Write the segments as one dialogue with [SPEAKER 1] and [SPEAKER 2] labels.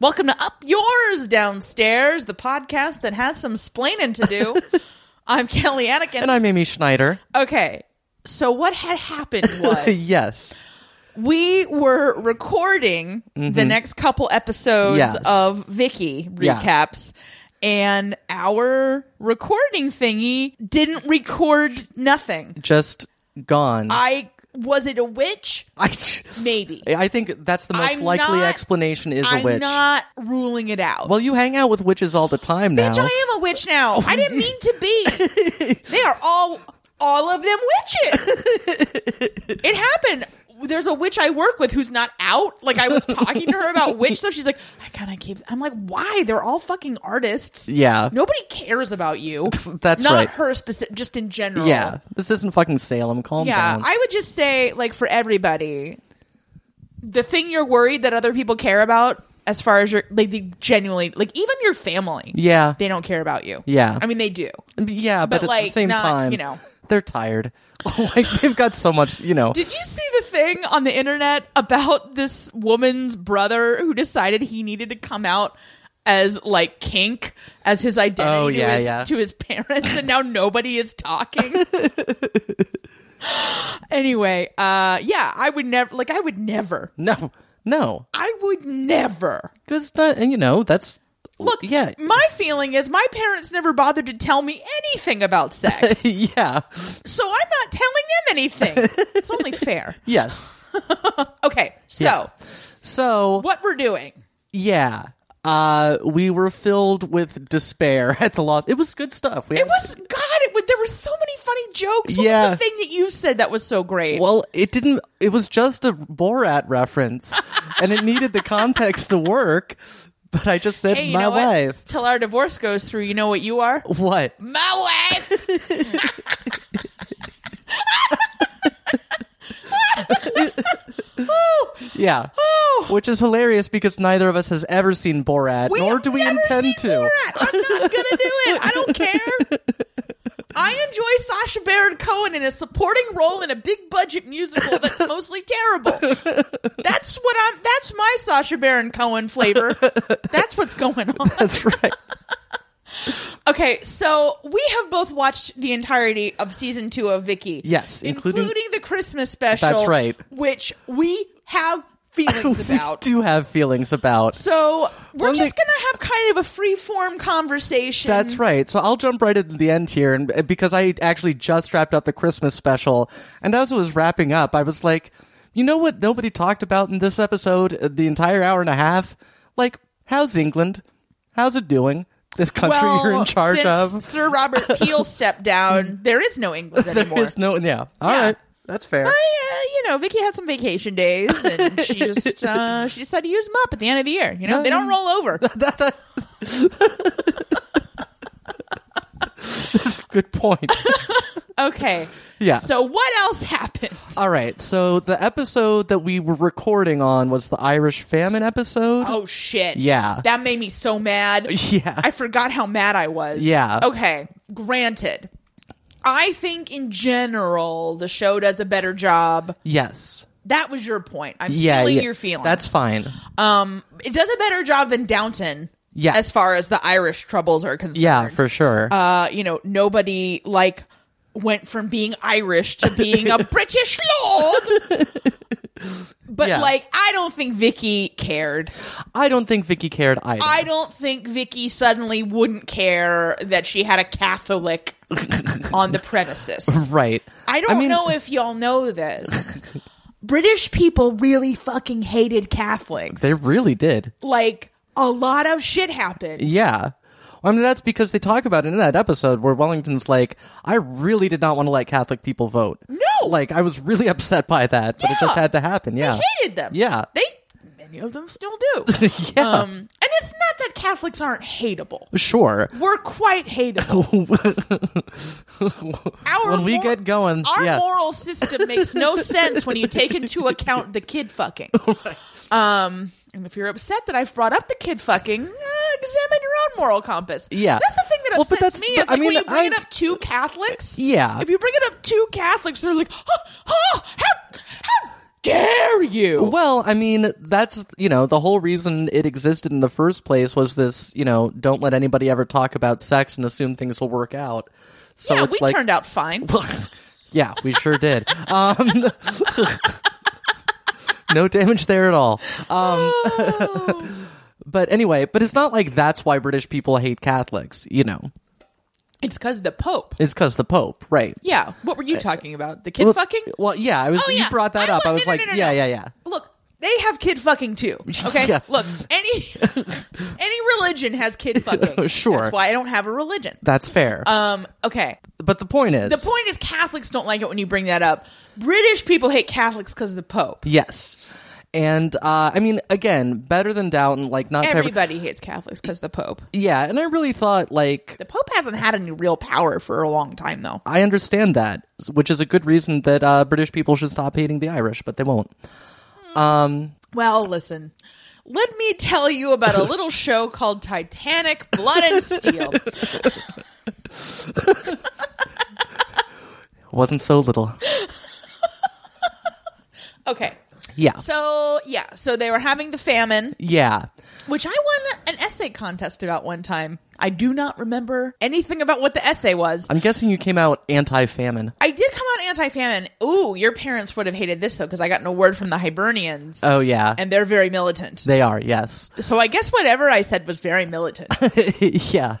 [SPEAKER 1] Welcome to Up Yours Downstairs, the podcast that has some splaining to do. I'm Kelly Anakin.
[SPEAKER 2] And I'm Amy Schneider.
[SPEAKER 1] okay, so what had happened was
[SPEAKER 2] yes.
[SPEAKER 1] we were recording the next couple episodes
[SPEAKER 2] Mm-hmm. Yes.
[SPEAKER 1] of Vicky
[SPEAKER 2] Yeah.
[SPEAKER 1] recaps. And our recording thingy didn't record nothing.
[SPEAKER 2] Just gone.
[SPEAKER 1] I
[SPEAKER 2] I,
[SPEAKER 1] was it a witch? Maybe.
[SPEAKER 2] I think that's the most
[SPEAKER 1] I'm
[SPEAKER 2] likely
[SPEAKER 1] not-
[SPEAKER 2] explanation is a
[SPEAKER 1] I'm
[SPEAKER 2] witch.
[SPEAKER 1] not ruling it out.
[SPEAKER 2] well, you hang out with witches all the time now.
[SPEAKER 1] Bitch, I am a witch now. I didn't mean to be. they are all all of them witches. it happened. There's a witch I work with who's not out. Like I was talking to her about witch stuff. She's like, I kind of keep. I'm like, why? They're all fucking artists.
[SPEAKER 2] Yeah.
[SPEAKER 1] Nobody cares about you.
[SPEAKER 2] That's
[SPEAKER 1] not
[SPEAKER 2] right.
[SPEAKER 1] her specific. Just in general.
[SPEAKER 2] yeah. This isn't fucking Salem. Calm
[SPEAKER 1] Yeah.
[SPEAKER 2] down.
[SPEAKER 1] I would just say, like, for everybody, the thing you're worried that other people care about, as far as your like, they genuinely, like, even your family
[SPEAKER 2] yeah.
[SPEAKER 1] they don't care about you.
[SPEAKER 2] Yeah.
[SPEAKER 1] I mean, they do.
[SPEAKER 2] yeah, but,
[SPEAKER 1] but,
[SPEAKER 2] at
[SPEAKER 1] like,
[SPEAKER 2] the same
[SPEAKER 1] not,
[SPEAKER 2] time,
[SPEAKER 1] you know.
[SPEAKER 2] they're tired. like they've got so much, you know.
[SPEAKER 1] Did you see the thing on the internet about this woman's brother who decided he needed to come out as like kink as his identity
[SPEAKER 2] Oh, yeah,
[SPEAKER 1] to, his,
[SPEAKER 2] yeah.
[SPEAKER 1] to his parents and now nobody is talking? anyway, uh yeah, I would never like I would never.
[SPEAKER 2] no. No.
[SPEAKER 1] I would never.
[SPEAKER 2] Cuz that and you know, that's
[SPEAKER 1] Look,
[SPEAKER 2] yeah.
[SPEAKER 1] my feeling is my parents never bothered to tell me anything about sex.
[SPEAKER 2] yeah.
[SPEAKER 1] so I'm not telling them anything. It's only fair.
[SPEAKER 2] Yes.
[SPEAKER 1] Okay, so
[SPEAKER 2] Yeah. So,
[SPEAKER 1] what we're doing?
[SPEAKER 2] Yeah. Uh, we were filled with despair at the loss. It was good stuff. We
[SPEAKER 1] It was God. It was, there were so many funny jokes. What
[SPEAKER 2] Yeah.
[SPEAKER 1] was the thing that you said that was so great?
[SPEAKER 2] well, it didn't. It was just a Borat reference, and it needed the context to work. But I just said
[SPEAKER 1] Hey, you
[SPEAKER 2] my
[SPEAKER 1] know what?
[SPEAKER 2] wife.
[SPEAKER 1] Till our divorce goes through, you know what you are?
[SPEAKER 2] What?
[SPEAKER 1] My wife.
[SPEAKER 2] Yeah. Which is hilarious because neither of us has ever seen Borat,
[SPEAKER 1] We
[SPEAKER 2] nor
[SPEAKER 1] have
[SPEAKER 2] do we
[SPEAKER 1] never
[SPEAKER 2] intend
[SPEAKER 1] seen
[SPEAKER 2] to.
[SPEAKER 1] Borat. I'm not gonna do it. I don't care. I enjoy Sasha Baron Cohen in a supporting role in a big budget musical that's mostly terrible. That's what I'm. That's my Sasha Baron Cohen flavor. That's what's going on.
[SPEAKER 2] That's right.
[SPEAKER 1] Okay, so we have both watched the entirety of season two of Vicky.
[SPEAKER 2] Yes, including-
[SPEAKER 1] the Christmas special.
[SPEAKER 2] That's right.
[SPEAKER 1] Which we have feelings about.
[SPEAKER 2] Do have feelings about.
[SPEAKER 1] So we're
[SPEAKER 2] One
[SPEAKER 1] just
[SPEAKER 2] thing-
[SPEAKER 1] gonna have kind of a free form conversation.
[SPEAKER 2] That's right. So I'll jump right into the end here, and uh, because I actually just wrapped up the Christmas special, and as it was wrapping up, I was like, you know what? Nobody talked about in this episode uh, the entire hour and a half. Like, how's England? How's it doing? This country
[SPEAKER 1] Well,
[SPEAKER 2] you're in charge
[SPEAKER 1] since
[SPEAKER 2] of.
[SPEAKER 1] Sir Robert Peel stepped down. There is no England
[SPEAKER 2] There
[SPEAKER 1] anymore.
[SPEAKER 2] is no. Yeah. All right.
[SPEAKER 1] Yeah.
[SPEAKER 2] That's fair.
[SPEAKER 1] I, uh, you know, Vicky had some vacation days, and she just uh, she decided to use them up at the end of the year. You know, they don't roll over.
[SPEAKER 2] Good point.
[SPEAKER 1] Okay,
[SPEAKER 2] Yeah.
[SPEAKER 1] So what else happened?
[SPEAKER 2] All right. So the episode that we were recording on was the Irish famine episode.
[SPEAKER 1] Oh shit.
[SPEAKER 2] Yeah.
[SPEAKER 1] That made me so mad.
[SPEAKER 2] Yeah.
[SPEAKER 1] I forgot how mad I was.
[SPEAKER 2] Yeah.
[SPEAKER 1] Okay. Granted. I think in general the show does a better job.
[SPEAKER 2] yes.
[SPEAKER 1] That was your point. I'm
[SPEAKER 2] Yeah,
[SPEAKER 1] stealing
[SPEAKER 2] yeah.
[SPEAKER 1] your feelings.
[SPEAKER 2] That's fine.
[SPEAKER 1] um it does a better job than Downton.
[SPEAKER 2] Yeah.
[SPEAKER 1] As far as the Irish troubles are concerned.
[SPEAKER 2] Yeah, for sure.
[SPEAKER 1] uh, you know, nobody like went from being Irish to being a British lord. But
[SPEAKER 2] Yeah.
[SPEAKER 1] like I don't think Vicky cared.
[SPEAKER 2] I don't think Vicky cared either.
[SPEAKER 1] I don't think Vicky suddenly wouldn't care that she had a Catholic on the premises.
[SPEAKER 2] right.
[SPEAKER 1] I don't
[SPEAKER 2] mean-
[SPEAKER 1] know if y'all know this. British people really fucking hated Catholics.
[SPEAKER 2] They really did.
[SPEAKER 1] like a lot of shit happened.
[SPEAKER 2] Yeah. I mean, that's because they talk about it in that episode where Wellington's like, I really did not want to let Catholic people vote.
[SPEAKER 1] No.
[SPEAKER 2] Like, I was really upset by that, but it just
[SPEAKER 1] Yeah.
[SPEAKER 2] had to happen. Yeah.
[SPEAKER 1] They hated them.
[SPEAKER 2] Yeah.
[SPEAKER 1] They many of them still do.
[SPEAKER 2] yeah.
[SPEAKER 1] um and it's not that Catholics aren't hateable.
[SPEAKER 2] sure.
[SPEAKER 1] We're quite hateable. Our
[SPEAKER 2] When we get going,
[SPEAKER 1] our
[SPEAKER 2] yeah.
[SPEAKER 1] moral system makes no sense when you take into account the kid fucking.
[SPEAKER 2] Oh
[SPEAKER 1] Um, and if you're upset that I've brought up the kid fucking, uh, examine your own moral compass.
[SPEAKER 2] Yeah.
[SPEAKER 1] that's the thing that
[SPEAKER 2] Well, but
[SPEAKER 1] upsets
[SPEAKER 2] that's-
[SPEAKER 1] me.
[SPEAKER 2] but,
[SPEAKER 1] Is like
[SPEAKER 2] I
[SPEAKER 1] when
[SPEAKER 2] mean,
[SPEAKER 1] you bring it
[SPEAKER 2] I-
[SPEAKER 1] up two Catholics.
[SPEAKER 2] Yeah.
[SPEAKER 1] if you bring it up two Catholics, they're like, oh, oh how, how dare you?
[SPEAKER 2] Well, I mean, that's, you know, the whole reason it existed in the first place was this, you know, don't let anybody ever talk about sex and assume things will work out. So
[SPEAKER 1] yeah,
[SPEAKER 2] it's
[SPEAKER 1] we
[SPEAKER 2] like,
[SPEAKER 1] turned out fine.
[SPEAKER 2] yeah, we sure did. Um, no damage there at all. Um, but anyway, but it's not like that's why British people hate Catholics, you know.
[SPEAKER 1] it's because the Pope.
[SPEAKER 2] It's because the Pope, right?
[SPEAKER 1] Yeah. What were you talking about? The kid
[SPEAKER 2] Uh, Well,
[SPEAKER 1] fucking?
[SPEAKER 2] Well, yeah, I was.
[SPEAKER 1] Oh, yeah.
[SPEAKER 2] You brought that
[SPEAKER 1] I
[SPEAKER 2] up.
[SPEAKER 1] wa-
[SPEAKER 2] I was
[SPEAKER 1] no, no,
[SPEAKER 2] like,
[SPEAKER 1] no, no,
[SPEAKER 2] yeah,
[SPEAKER 1] no.
[SPEAKER 2] yeah, yeah.
[SPEAKER 1] Look, they have kid fucking too. Okay.
[SPEAKER 2] Yes.
[SPEAKER 1] Look, any any religion has kid fucking.
[SPEAKER 2] Sure.
[SPEAKER 1] That's why I don't have a religion.
[SPEAKER 2] That's fair.
[SPEAKER 1] Um. Okay.
[SPEAKER 2] but the point is,
[SPEAKER 1] The point is, Catholics don't like it when you bring that up. British people hate Catholics because of the Pope.
[SPEAKER 2] Yes. And uh, I mean, again, better than Downton. Like not to have-
[SPEAKER 1] Everybody hates Catholics because the Pope.
[SPEAKER 2] Yeah, and I really thought like
[SPEAKER 1] The Pope hasn't had any real power for a long time, though.
[SPEAKER 2] I understand that, which is a good reason that uh, British people should stop hating the Irish, but they won't.
[SPEAKER 1] Well, listen. Let me tell you about a little show called Titanic Blood and Steel.
[SPEAKER 2] Wasn't so little.
[SPEAKER 1] Okay.
[SPEAKER 2] Yeah.
[SPEAKER 1] So, yeah. So they were having the famine,
[SPEAKER 2] yeah.
[SPEAKER 1] which I won an essay contest about one time. I do not remember anything about what the essay was.
[SPEAKER 2] I'm guessing you came out anti-famine.
[SPEAKER 1] I did come out anti famine. Ooh, your parents would have hated this, though, because I got an award from the Hibernians,
[SPEAKER 2] Oh yeah.
[SPEAKER 1] and they're very militant.
[SPEAKER 2] they are, yes.
[SPEAKER 1] So I guess whatever I said was very militant.
[SPEAKER 2] yeah.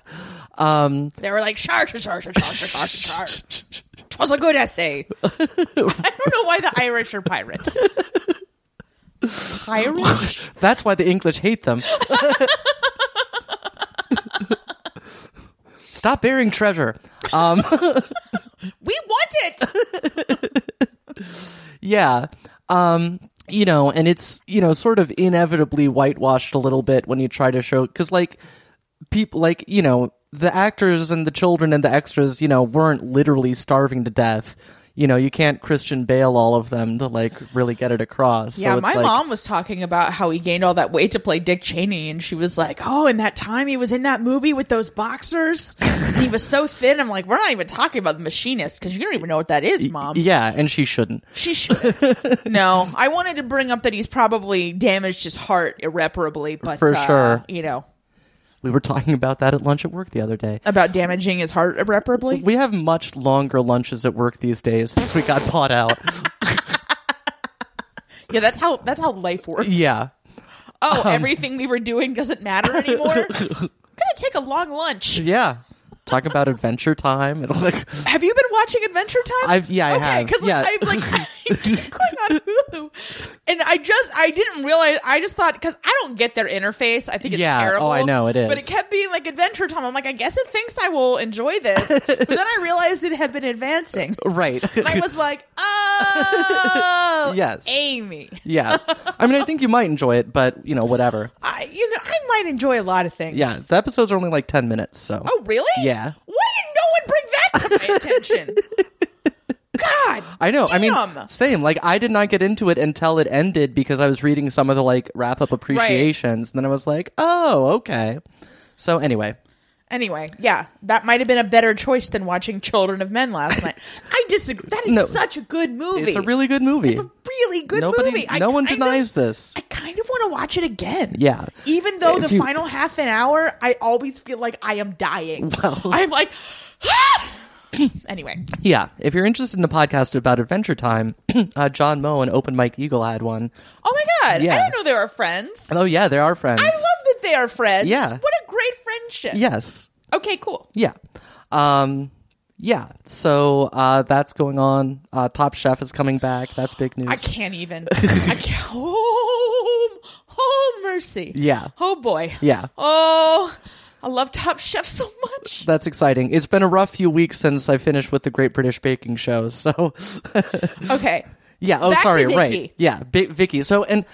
[SPEAKER 1] They were like, "Shar, shar, shar, shar, shar, shar, shar, shar." Twas a good essay. I don't know why the Irish are pirates. Pirates?
[SPEAKER 2] That's why the English hate them. Stop burying treasure.
[SPEAKER 1] We want it.
[SPEAKER 2] Yeah. Um, you know, and it's, you know, sort of inevitably whitewashed a little bit when you try to show, because, like, people, like, you know, the actors and the children and the extras, you know, weren't literally starving to death. You know, you can't Christian Bale all of them to, like, really get it across.
[SPEAKER 1] Yeah,
[SPEAKER 2] so it's
[SPEAKER 1] my
[SPEAKER 2] like,
[SPEAKER 1] mom was talking about how he gained all that weight to play Dick Cheney, and she was like, "Oh, in that time he was in that movie with those boxers, and he was so thin." I'm like, "We're not even talking about the machinist because you don't even know what that is, mom."
[SPEAKER 2] Yeah, and she shouldn't.
[SPEAKER 1] She should. no, I wanted to bring up that he's probably damaged his heart irreparably, but
[SPEAKER 2] For
[SPEAKER 1] uh,
[SPEAKER 2] sure.
[SPEAKER 1] you know,
[SPEAKER 2] We were talking about that at lunch at work the other day.
[SPEAKER 1] about damaging his heart irreparably.
[SPEAKER 2] We have much longer lunches at work these days since we got bought out.
[SPEAKER 1] Yeah, that's how that's how life works.
[SPEAKER 2] Yeah. um,
[SPEAKER 1] Oh, everything we were doing doesn't matter anymore. I'm gonna take a long lunch.
[SPEAKER 2] Yeah. Talk about adventure time and like
[SPEAKER 1] Have you been watching Adventure Time?
[SPEAKER 2] I've- yeah, I have.
[SPEAKER 1] Because
[SPEAKER 2] Yeah.
[SPEAKER 1] I'm like I keep going on Hulu, and I just I didn't realize. I just thought because I don't get their interface. I think it's
[SPEAKER 2] Yeah. Oh,
[SPEAKER 1] terrible.
[SPEAKER 2] I know, it is.
[SPEAKER 1] But it kept being like Adventure Time. I'm like, I guess it thinks I will enjoy this. but then I realized it had been advancing.
[SPEAKER 2] right.
[SPEAKER 1] And I was like, oh,
[SPEAKER 2] Yes.
[SPEAKER 1] Amy.
[SPEAKER 2] Yeah. I mean, I think you might enjoy it, but, you know, whatever.
[SPEAKER 1] I, you know, I might enjoy a lot of things.
[SPEAKER 2] Yeah. The episodes are only like 10 minutes, so.
[SPEAKER 1] Oh, really?
[SPEAKER 2] Yeah.
[SPEAKER 1] Why did no one bring that to my attention? God.
[SPEAKER 2] I know. I mean,
[SPEAKER 1] damn.
[SPEAKER 2] same. Like, I did not get into it until it ended because I was reading some of the, like, wrap up appreciations, and then I was like, oh, okay. So, anyway.
[SPEAKER 1] Anyway, yeah, that might have been a better choice than watching Children of Men last night. I disagree. That is
[SPEAKER 2] No.
[SPEAKER 1] such a good movie.
[SPEAKER 2] It's a really good movie.
[SPEAKER 1] It's a really good
[SPEAKER 2] Nobody,
[SPEAKER 1] movie. I
[SPEAKER 2] no one
[SPEAKER 1] kind
[SPEAKER 2] denies
[SPEAKER 1] Of,
[SPEAKER 2] this.
[SPEAKER 1] I kind of want to watch it again.
[SPEAKER 2] Yeah.
[SPEAKER 1] Even though
[SPEAKER 2] If
[SPEAKER 1] the
[SPEAKER 2] you-
[SPEAKER 1] final half an hour, I always feel like I am dying.
[SPEAKER 2] Well-
[SPEAKER 1] I'm like, "Ah!" anyway,
[SPEAKER 2] Yeah. If you're interested in a podcast about Adventure Time, uh, John Moe and Open Mike Eagle had one.
[SPEAKER 1] oh my god,
[SPEAKER 2] Yeah.
[SPEAKER 1] I didn't know they were friends.
[SPEAKER 2] Oh, yeah, they are friends.
[SPEAKER 1] I love that they are friends.
[SPEAKER 2] Yeah.
[SPEAKER 1] what a great friendship.
[SPEAKER 2] Yes.
[SPEAKER 1] Okay, cool.
[SPEAKER 2] Yeah. Um yeah. So uh that's going on. Uh Top Chef is coming back. That's big news.
[SPEAKER 1] I can't even. I can't. Oh, oh, mercy.
[SPEAKER 2] Yeah.
[SPEAKER 1] Oh, boy.
[SPEAKER 2] Yeah.
[SPEAKER 1] Oh, I love Top Chef so much.
[SPEAKER 2] That's exciting. It's been a rough few weeks since I finished with the Great British Baking Show. So
[SPEAKER 1] Okay.
[SPEAKER 2] yeah, oh
[SPEAKER 1] Back to
[SPEAKER 2] sorry,
[SPEAKER 1] Vicky.
[SPEAKER 2] right. Yeah, B- Vicky. So and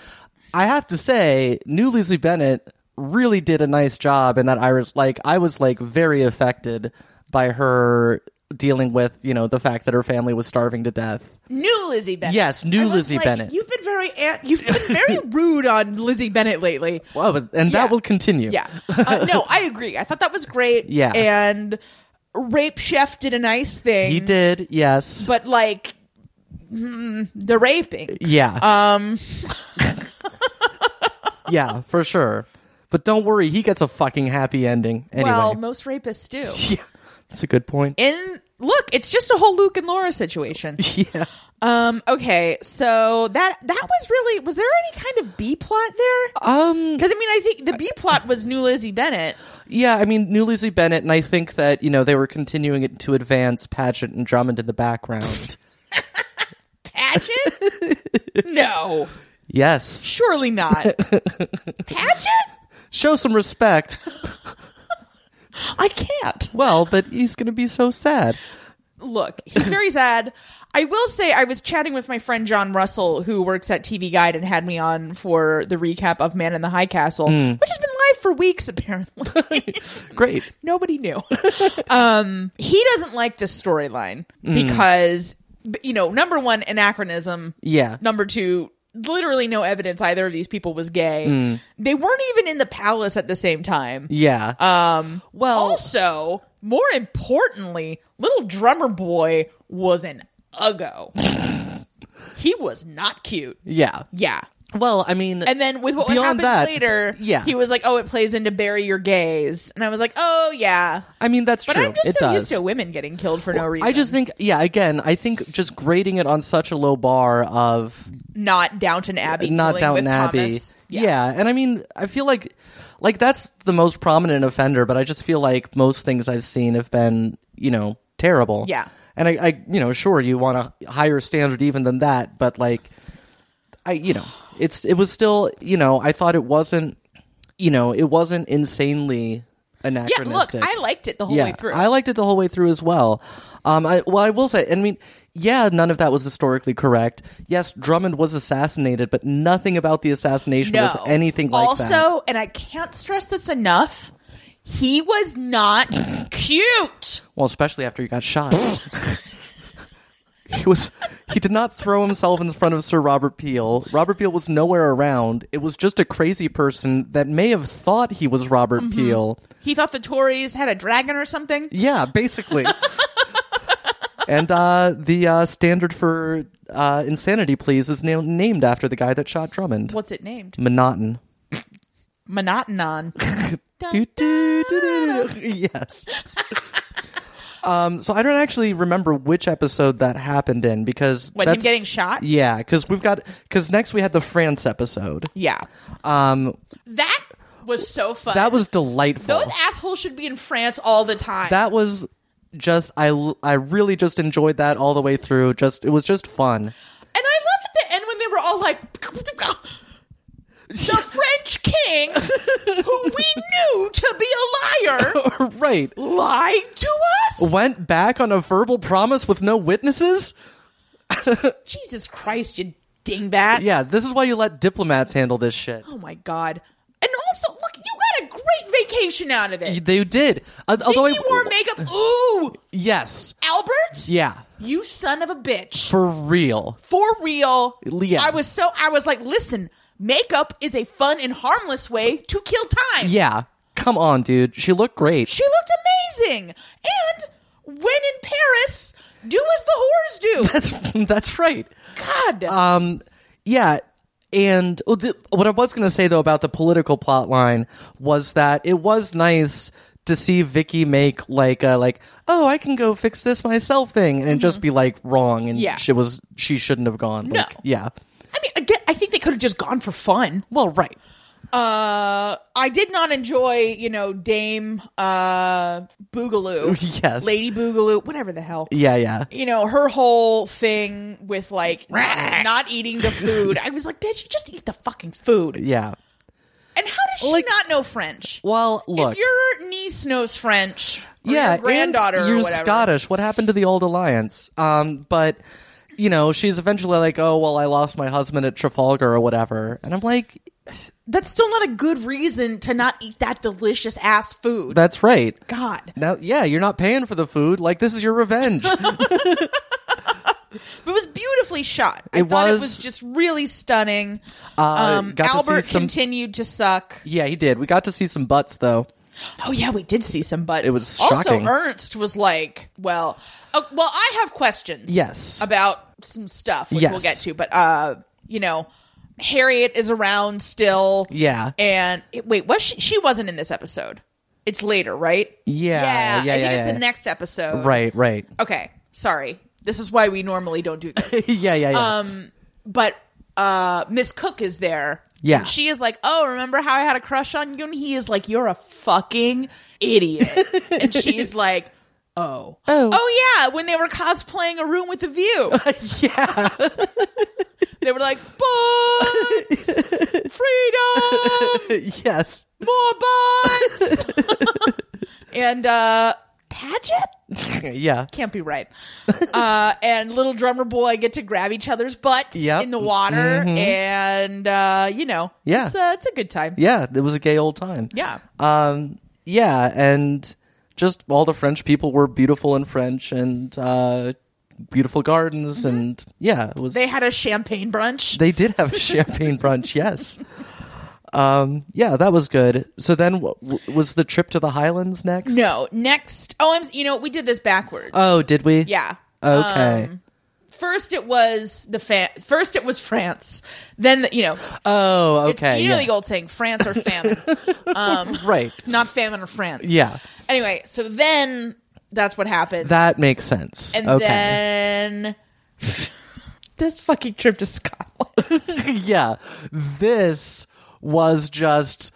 [SPEAKER 2] I have to say New Lizzie Bennett really did a nice job in that Irish like I was like very affected by her dealing with, you know, the fact that her family was starving to death.
[SPEAKER 1] New Lizzie Bennett.
[SPEAKER 2] Yes, new
[SPEAKER 1] I was
[SPEAKER 2] Lizzie
[SPEAKER 1] like,
[SPEAKER 2] Bennett.
[SPEAKER 1] You've been very an- you've been very rude on Lizzie Bennett lately.
[SPEAKER 2] Wow, but- and
[SPEAKER 1] Yeah.
[SPEAKER 2] that will continue.
[SPEAKER 1] Yeah. Uh, no, I agree. I thought that was great.
[SPEAKER 2] Yeah.
[SPEAKER 1] And Rape Chef did a nice thing.
[SPEAKER 2] He did, yes.
[SPEAKER 1] But like mm, the raping.
[SPEAKER 2] Yeah. Um. yeah, for sure. But don't worry, he gets a fucking happy ending anyway.
[SPEAKER 1] Well, most rapists do.
[SPEAKER 2] yeah, that's a good point.
[SPEAKER 1] And look, it's just a whole Luke and Laura situation.
[SPEAKER 2] yeah.
[SPEAKER 1] Um, okay, so that that was really was there any kind of B plot there?
[SPEAKER 2] Um.
[SPEAKER 1] Because I mean, I think the B plot was New Lizzie Bennett.
[SPEAKER 2] Yeah, I mean, new Lizzie Bennett, and I think that you know they were continuing it to advance Pageant and Drummond in the background.
[SPEAKER 1] Pageant? no,
[SPEAKER 2] yes,
[SPEAKER 1] surely not. Pageant?
[SPEAKER 2] show some respect.
[SPEAKER 1] I can't.
[SPEAKER 2] Well, but he's going to be so sad.
[SPEAKER 1] Look, he's very sad. I will say I was chatting with my friend John Russell, who works at TV Guide and had me on for the recap of Man in the High Castle, which has been live for weeks apparently.
[SPEAKER 2] Great.
[SPEAKER 1] Nobody knew. um, he doesn't like this storyline because, b- you know, number one, anachronism.
[SPEAKER 2] Yeah.
[SPEAKER 1] Number two, literally no evidence either of these people was gay. They weren't even in the palace at the same time.
[SPEAKER 2] Yeah.
[SPEAKER 1] Um,
[SPEAKER 2] Well-
[SPEAKER 1] also, more importantly, little drummer boy was an uggo. he was not cute.
[SPEAKER 2] yeah.
[SPEAKER 1] Yeah.
[SPEAKER 2] Well, I mean,
[SPEAKER 1] And then with what
[SPEAKER 2] Beyond
[SPEAKER 1] happened
[SPEAKER 2] that,
[SPEAKER 1] later,
[SPEAKER 2] yeah.
[SPEAKER 1] he was like, "Oh, it plays into bury your gays," and I was like, "Oh yeah."
[SPEAKER 2] I mean that's
[SPEAKER 1] But
[SPEAKER 2] true.
[SPEAKER 1] I'm just
[SPEAKER 2] it
[SPEAKER 1] so
[SPEAKER 2] does.
[SPEAKER 1] used to women getting killed for no reason.
[SPEAKER 2] I just think, yeah, again, I think just grading it on such a low bar of
[SPEAKER 1] not Downton Abbey,
[SPEAKER 2] not
[SPEAKER 1] killing
[SPEAKER 2] Downton
[SPEAKER 1] with
[SPEAKER 2] Abbey.
[SPEAKER 1] Thomas.
[SPEAKER 2] Yeah. and I mean, I feel like like that's the most prominent offender, but I just feel like most things I've seen have been, you know, terrible.
[SPEAKER 1] Yeah.
[SPEAKER 2] and I, I you know, sure, you want a higher standard even than that, but like, I, you know, it's it was still, you know, I thought it wasn't, you know, it wasn't insanely
[SPEAKER 1] yeah. Look,
[SPEAKER 2] anachronistic.
[SPEAKER 1] I liked it the whole way through.
[SPEAKER 2] I liked it the whole way through as well. Um, I, well, I will say, I mean, yeah, none of that was historically correct. Yes, Drummond was assassinated, but nothing about the assassination
[SPEAKER 1] no.
[SPEAKER 2] was anything like
[SPEAKER 1] also,
[SPEAKER 2] that.
[SPEAKER 1] and I can't stress this enough. He was not cute.
[SPEAKER 2] Well, especially after he got shot. he was. He did not throw himself in front of Sir Robert Peel. Robert Peel was nowhere around. It was just a crazy person that may have thought he was Robert
[SPEAKER 1] Mm-hmm.
[SPEAKER 2] Peel.
[SPEAKER 1] He thought the Tories had a dragon or something.
[SPEAKER 2] Yeah, basically. and uh, the uh, standard for uh, insanity, please, is na- named after the guy that shot Drummond.
[SPEAKER 1] What's it named?
[SPEAKER 2] Monoton.
[SPEAKER 1] Monotonon.
[SPEAKER 2] Do, do, do, do, do. yes. um, so I don't actually remember which episode that happened in because
[SPEAKER 1] When him
[SPEAKER 2] that's
[SPEAKER 1] getting shot.
[SPEAKER 2] yeah, because we've got because next we had the France episode.
[SPEAKER 1] Yeah.
[SPEAKER 2] Um,
[SPEAKER 1] That was so fun.
[SPEAKER 2] that was delightful.
[SPEAKER 1] Those assholes should be in France all the time.
[SPEAKER 2] that was just I l- I really just enjoyed that all the way through. Just it was just fun.
[SPEAKER 1] And I loved at the end when they were all like, the French king, who we knew to be a liar,
[SPEAKER 2] right.
[SPEAKER 1] lied to us.
[SPEAKER 2] went back on a verbal promise with no witnesses?
[SPEAKER 1] Jesus Christ, you dingbat.
[SPEAKER 2] Yeah, this is why you let diplomats handle this shit.
[SPEAKER 1] Oh my God. And also, look, you got a great vacation out of it.
[SPEAKER 2] They did. Uh, although
[SPEAKER 1] Vicky
[SPEAKER 2] I-
[SPEAKER 1] wore makeup. Ooh,
[SPEAKER 2] yes.
[SPEAKER 1] Albert,
[SPEAKER 2] Yeah.
[SPEAKER 1] you son of a bitch.
[SPEAKER 2] For real.
[SPEAKER 1] For real.
[SPEAKER 2] Yeah.
[SPEAKER 1] I was so, I was like, listen, makeup is a fun and harmless way to kill time.
[SPEAKER 2] Yeah. Come on, dude. She looked great.
[SPEAKER 1] She looked amazing. And when in Paris, do as the whores do.
[SPEAKER 2] That's that's right.
[SPEAKER 1] God.
[SPEAKER 2] Uh, Yeah. And oh, the, what I was going to say though about the political plot line was that it was nice to see Vicky make like a like oh I can go fix this myself thing and just be like wrong and
[SPEAKER 1] Mm-hmm. Yeah.
[SPEAKER 2] she was she shouldn't have gone.
[SPEAKER 1] No.
[SPEAKER 2] Like, yeah.
[SPEAKER 1] I mean, again, I think they could have just gone for fun.
[SPEAKER 2] Well, right.
[SPEAKER 1] Uh, I did not enjoy, you know, Dame uh, Boogaloo.
[SPEAKER 2] Yes.
[SPEAKER 1] Lady Boogaloo, whatever the hell.
[SPEAKER 2] Yeah, yeah.
[SPEAKER 1] You know, her whole thing with like not eating the food. I was like, bitch, you just eat the fucking food. And
[SPEAKER 2] Yeah.
[SPEAKER 1] how does she
[SPEAKER 2] Like-
[SPEAKER 1] not know French?
[SPEAKER 2] Well, look.
[SPEAKER 1] if your niece knows French, or
[SPEAKER 2] yeah,
[SPEAKER 1] your
[SPEAKER 2] and
[SPEAKER 1] granddaughter
[SPEAKER 2] you're
[SPEAKER 1] or whatever.
[SPEAKER 2] Scottish. What happened to the old alliance? Um, but you know, she's eventually like, "Oh, well, I lost my husband at Trafalgar or whatever," and I'm like,
[SPEAKER 1] That's still not a good reason to not eat that delicious ass food.
[SPEAKER 2] "That's right."
[SPEAKER 1] God.
[SPEAKER 2] Now, yeah, you're not paying for the food. Like, this is your revenge.
[SPEAKER 1] It was beautifully shot. I
[SPEAKER 2] It
[SPEAKER 1] thought
[SPEAKER 2] was- Uh,
[SPEAKER 1] it was just really stunning. um,
[SPEAKER 2] got to see
[SPEAKER 1] Albert
[SPEAKER 2] some-
[SPEAKER 1] continued to suck.
[SPEAKER 2] yeah, he did. We got to see some butts, though.
[SPEAKER 1] Oh yeah, we did see some butts.
[SPEAKER 2] It was
[SPEAKER 1] also
[SPEAKER 2] shocking.
[SPEAKER 1] Ernst was like, "Well, oh, well, I have questions."
[SPEAKER 2] Yes.
[SPEAKER 1] about some stuff, which
[SPEAKER 2] Yes.
[SPEAKER 1] we'll get to. But uh, you know, Harriet is around still.
[SPEAKER 2] Yeah.
[SPEAKER 1] And wait, was she? She wasn't in this episode. It's later, right?
[SPEAKER 2] Yeah,
[SPEAKER 1] Yeah.
[SPEAKER 2] yeah,
[SPEAKER 1] I think
[SPEAKER 2] yeah,
[SPEAKER 1] it's
[SPEAKER 2] yeah.
[SPEAKER 1] the next episode.
[SPEAKER 2] Right, right.
[SPEAKER 1] Okay. Sorry. This is why we normally don't do this.
[SPEAKER 2] yeah, yeah, yeah.
[SPEAKER 1] Um, but uh Miss Cook is there.
[SPEAKER 2] Yeah.
[SPEAKER 1] And she is like, Oh, remember how I had a crush on you? And he is like, You're a fucking idiot. and she's like, Oh.
[SPEAKER 2] Oh.
[SPEAKER 1] Oh yeah, when they were cosplaying a room with a view.
[SPEAKER 2] yeah.
[SPEAKER 1] they were like, Butts Freedom
[SPEAKER 2] yes.
[SPEAKER 1] More butts And uh Paget?
[SPEAKER 2] yeah.
[SPEAKER 1] can't be right. uh, and little drummer boy get to grab each other's butts
[SPEAKER 2] Yep. Mm-hmm.
[SPEAKER 1] in the water, and uh, you know,
[SPEAKER 2] Yeah.
[SPEAKER 1] it's a, it's a good time.
[SPEAKER 2] Yeah, it was a gay old time.
[SPEAKER 1] Yeah.
[SPEAKER 2] Um, yeah, and just all the French people were beautiful in French and uh, beautiful gardens and yeah, it was
[SPEAKER 1] Mm-hmm. They had a champagne brunch.
[SPEAKER 2] they did have a champagne brunch, yes. Um, yeah, that was good. So then w- w- was the trip to the Highlands next?
[SPEAKER 1] no, next. Oh, I'm. You know, we did this backwards.
[SPEAKER 2] Oh, did we?
[SPEAKER 1] yeah.
[SPEAKER 2] uh, Okay.
[SPEAKER 1] Um, first, it was the fa- first it was France. Then the, you know,
[SPEAKER 2] oh,
[SPEAKER 1] it's,
[SPEAKER 2] okay.
[SPEAKER 1] you know
[SPEAKER 2] yeah.
[SPEAKER 1] the old saying, France or famine,
[SPEAKER 2] right.
[SPEAKER 1] not famine or France.
[SPEAKER 2] Yeah.
[SPEAKER 1] Anyway, so then that's what happened.
[SPEAKER 2] That makes sense.
[SPEAKER 1] and
[SPEAKER 2] okay.
[SPEAKER 1] then this fucking trip to Scotland.
[SPEAKER 2] yeah, this was just.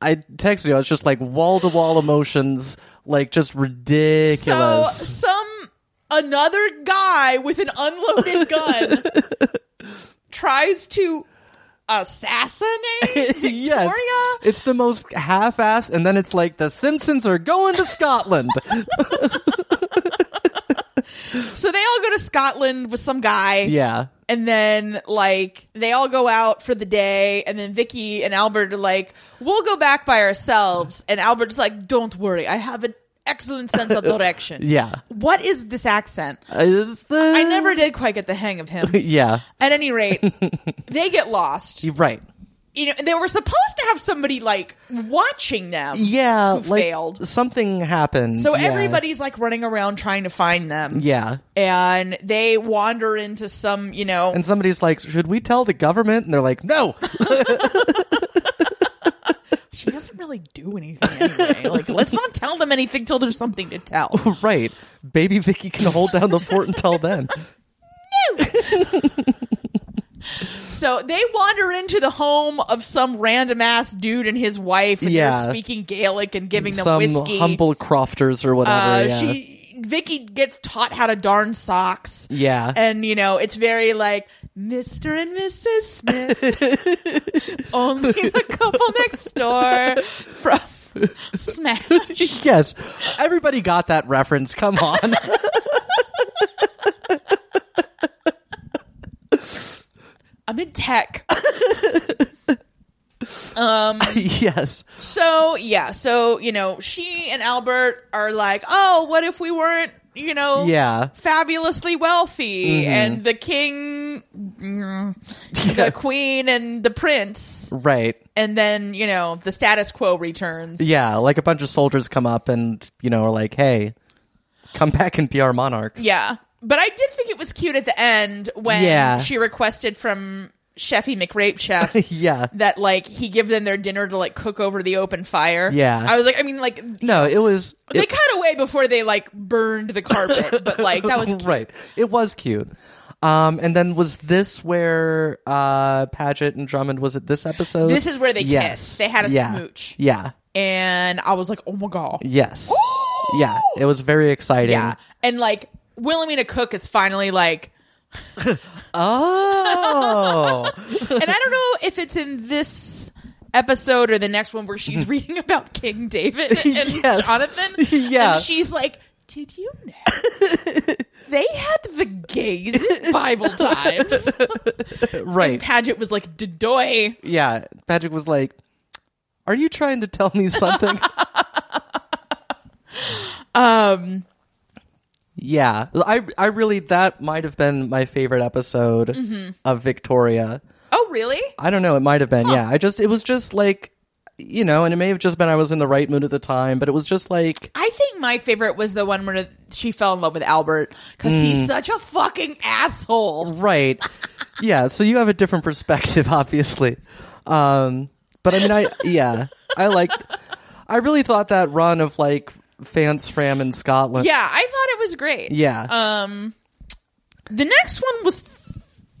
[SPEAKER 2] I texted you. I was just like wall to wall emotions, like just
[SPEAKER 1] So
[SPEAKER 2] ridiculous.
[SPEAKER 1] some another guy with an unloaded gun tries to assassinate Victoria.
[SPEAKER 2] yes, it's the most half-ass, and then it's like the Simpsons are going to Scotland.
[SPEAKER 1] So they all go to Scotland with some guy.
[SPEAKER 2] yeah,
[SPEAKER 1] And then, like, they all go out for the day, and then Vicky and Albert are like, "We'll go back by ourselves." And Albert's like, "Don't worry, I have an excellent sense of direction."
[SPEAKER 2] Yeah.
[SPEAKER 1] What is this accent?
[SPEAKER 2] It's, uh,
[SPEAKER 1] I never did quite get the hang of him.
[SPEAKER 2] Yeah,
[SPEAKER 1] At any rate, they get lost.
[SPEAKER 2] you're right.
[SPEAKER 1] You know, they were supposed to have somebody like watching them.
[SPEAKER 2] Yeah,
[SPEAKER 1] Who
[SPEAKER 2] like
[SPEAKER 1] failed.
[SPEAKER 2] something happened.
[SPEAKER 1] So
[SPEAKER 2] Yeah.
[SPEAKER 1] everybody's like running around trying to find them.
[SPEAKER 2] Yeah,
[SPEAKER 1] And they wander into some, you know,
[SPEAKER 2] and somebody's like, "Should we tell the government?" And they're like, "No."
[SPEAKER 1] she doesn't really do anything anyway. like, let's not tell them anything till there's something to tell.
[SPEAKER 2] right, baby Vicky can hold down the fort until then.
[SPEAKER 1] So they wander into the home of some random ass dude and his wife, and
[SPEAKER 2] Yeah.
[SPEAKER 1] they're speaking Gaelic and giving them
[SPEAKER 2] some
[SPEAKER 1] whiskey.
[SPEAKER 2] humble crofters or whatever.
[SPEAKER 1] uh,
[SPEAKER 2] yeah.
[SPEAKER 1] she Vicky gets taught how to darn socks.
[SPEAKER 2] Yeah.
[SPEAKER 1] And you know, it's very like Mr. and Mrs. Smith. Only the couple next door from Smash.
[SPEAKER 2] yes, everybody got that reference. Come on.
[SPEAKER 1] I'm in tech.
[SPEAKER 2] yes.
[SPEAKER 1] So yeah, so you know, she and Albert are like, Oh, what if we weren't, you know,
[SPEAKER 2] Yeah.
[SPEAKER 1] fabulously wealthy and the king mm, the queen and the prince
[SPEAKER 2] Right.
[SPEAKER 1] and then you know the status quo returns
[SPEAKER 2] Yeah, like a bunch of soldiers come up and, you know, are like, "Hey, come back and be our monarchs."
[SPEAKER 1] Yeah. but i did think it was cute at the end when
[SPEAKER 2] Yeah.
[SPEAKER 1] she requested from chefy mcrape chef
[SPEAKER 2] Yeah.
[SPEAKER 1] that like he give them their dinner to like cook over the open fire
[SPEAKER 2] Yeah.
[SPEAKER 1] i was like i mean like
[SPEAKER 2] No, it was
[SPEAKER 1] they
[SPEAKER 2] it-
[SPEAKER 1] cut away before they like burned the carpet but like that was cute.
[SPEAKER 2] right. It was cute. Um, and then was this where uh Paget and Drummond was it this episode?
[SPEAKER 1] This is where they
[SPEAKER 2] yes.
[SPEAKER 1] kissed. They had a
[SPEAKER 2] yeah.
[SPEAKER 1] smooch.
[SPEAKER 2] Yeah.
[SPEAKER 1] and i was like oh my god
[SPEAKER 2] Yes. Yeah. It was very exciting.
[SPEAKER 1] yeah and like wilhelmina cook is finally like
[SPEAKER 2] Oh.
[SPEAKER 1] and I don't know if it's in this episode or the next one where she's reading about King David and
[SPEAKER 2] Yes.
[SPEAKER 1] Jonathan.
[SPEAKER 2] Yeah.
[SPEAKER 1] And she's like, Did you know? they had the gays at Bible times.
[SPEAKER 2] right.
[SPEAKER 1] Paget was like, Dodoy.
[SPEAKER 2] yeah, Patrick was like, "Are you trying to tell me something?"
[SPEAKER 1] Um,
[SPEAKER 2] yeah, I I really that might have been my favorite episode of Victoria.
[SPEAKER 1] oh, really?
[SPEAKER 2] I don't know, it might have been. Yeah, I just it was just like you know, and it may have just been I was in the right mood at the time, but it was just like
[SPEAKER 1] I think my favorite was the one where she fell in love with Albert because
[SPEAKER 2] Mm.
[SPEAKER 1] he's such a fucking asshole.
[SPEAKER 2] right. yeah, so you have a different perspective obviously. Um but I mean I yeah, I like I really thought that run of like Fance Fram in Scotland.
[SPEAKER 1] Yeah, I thought it was great.
[SPEAKER 2] Yeah.
[SPEAKER 1] Um, the next one was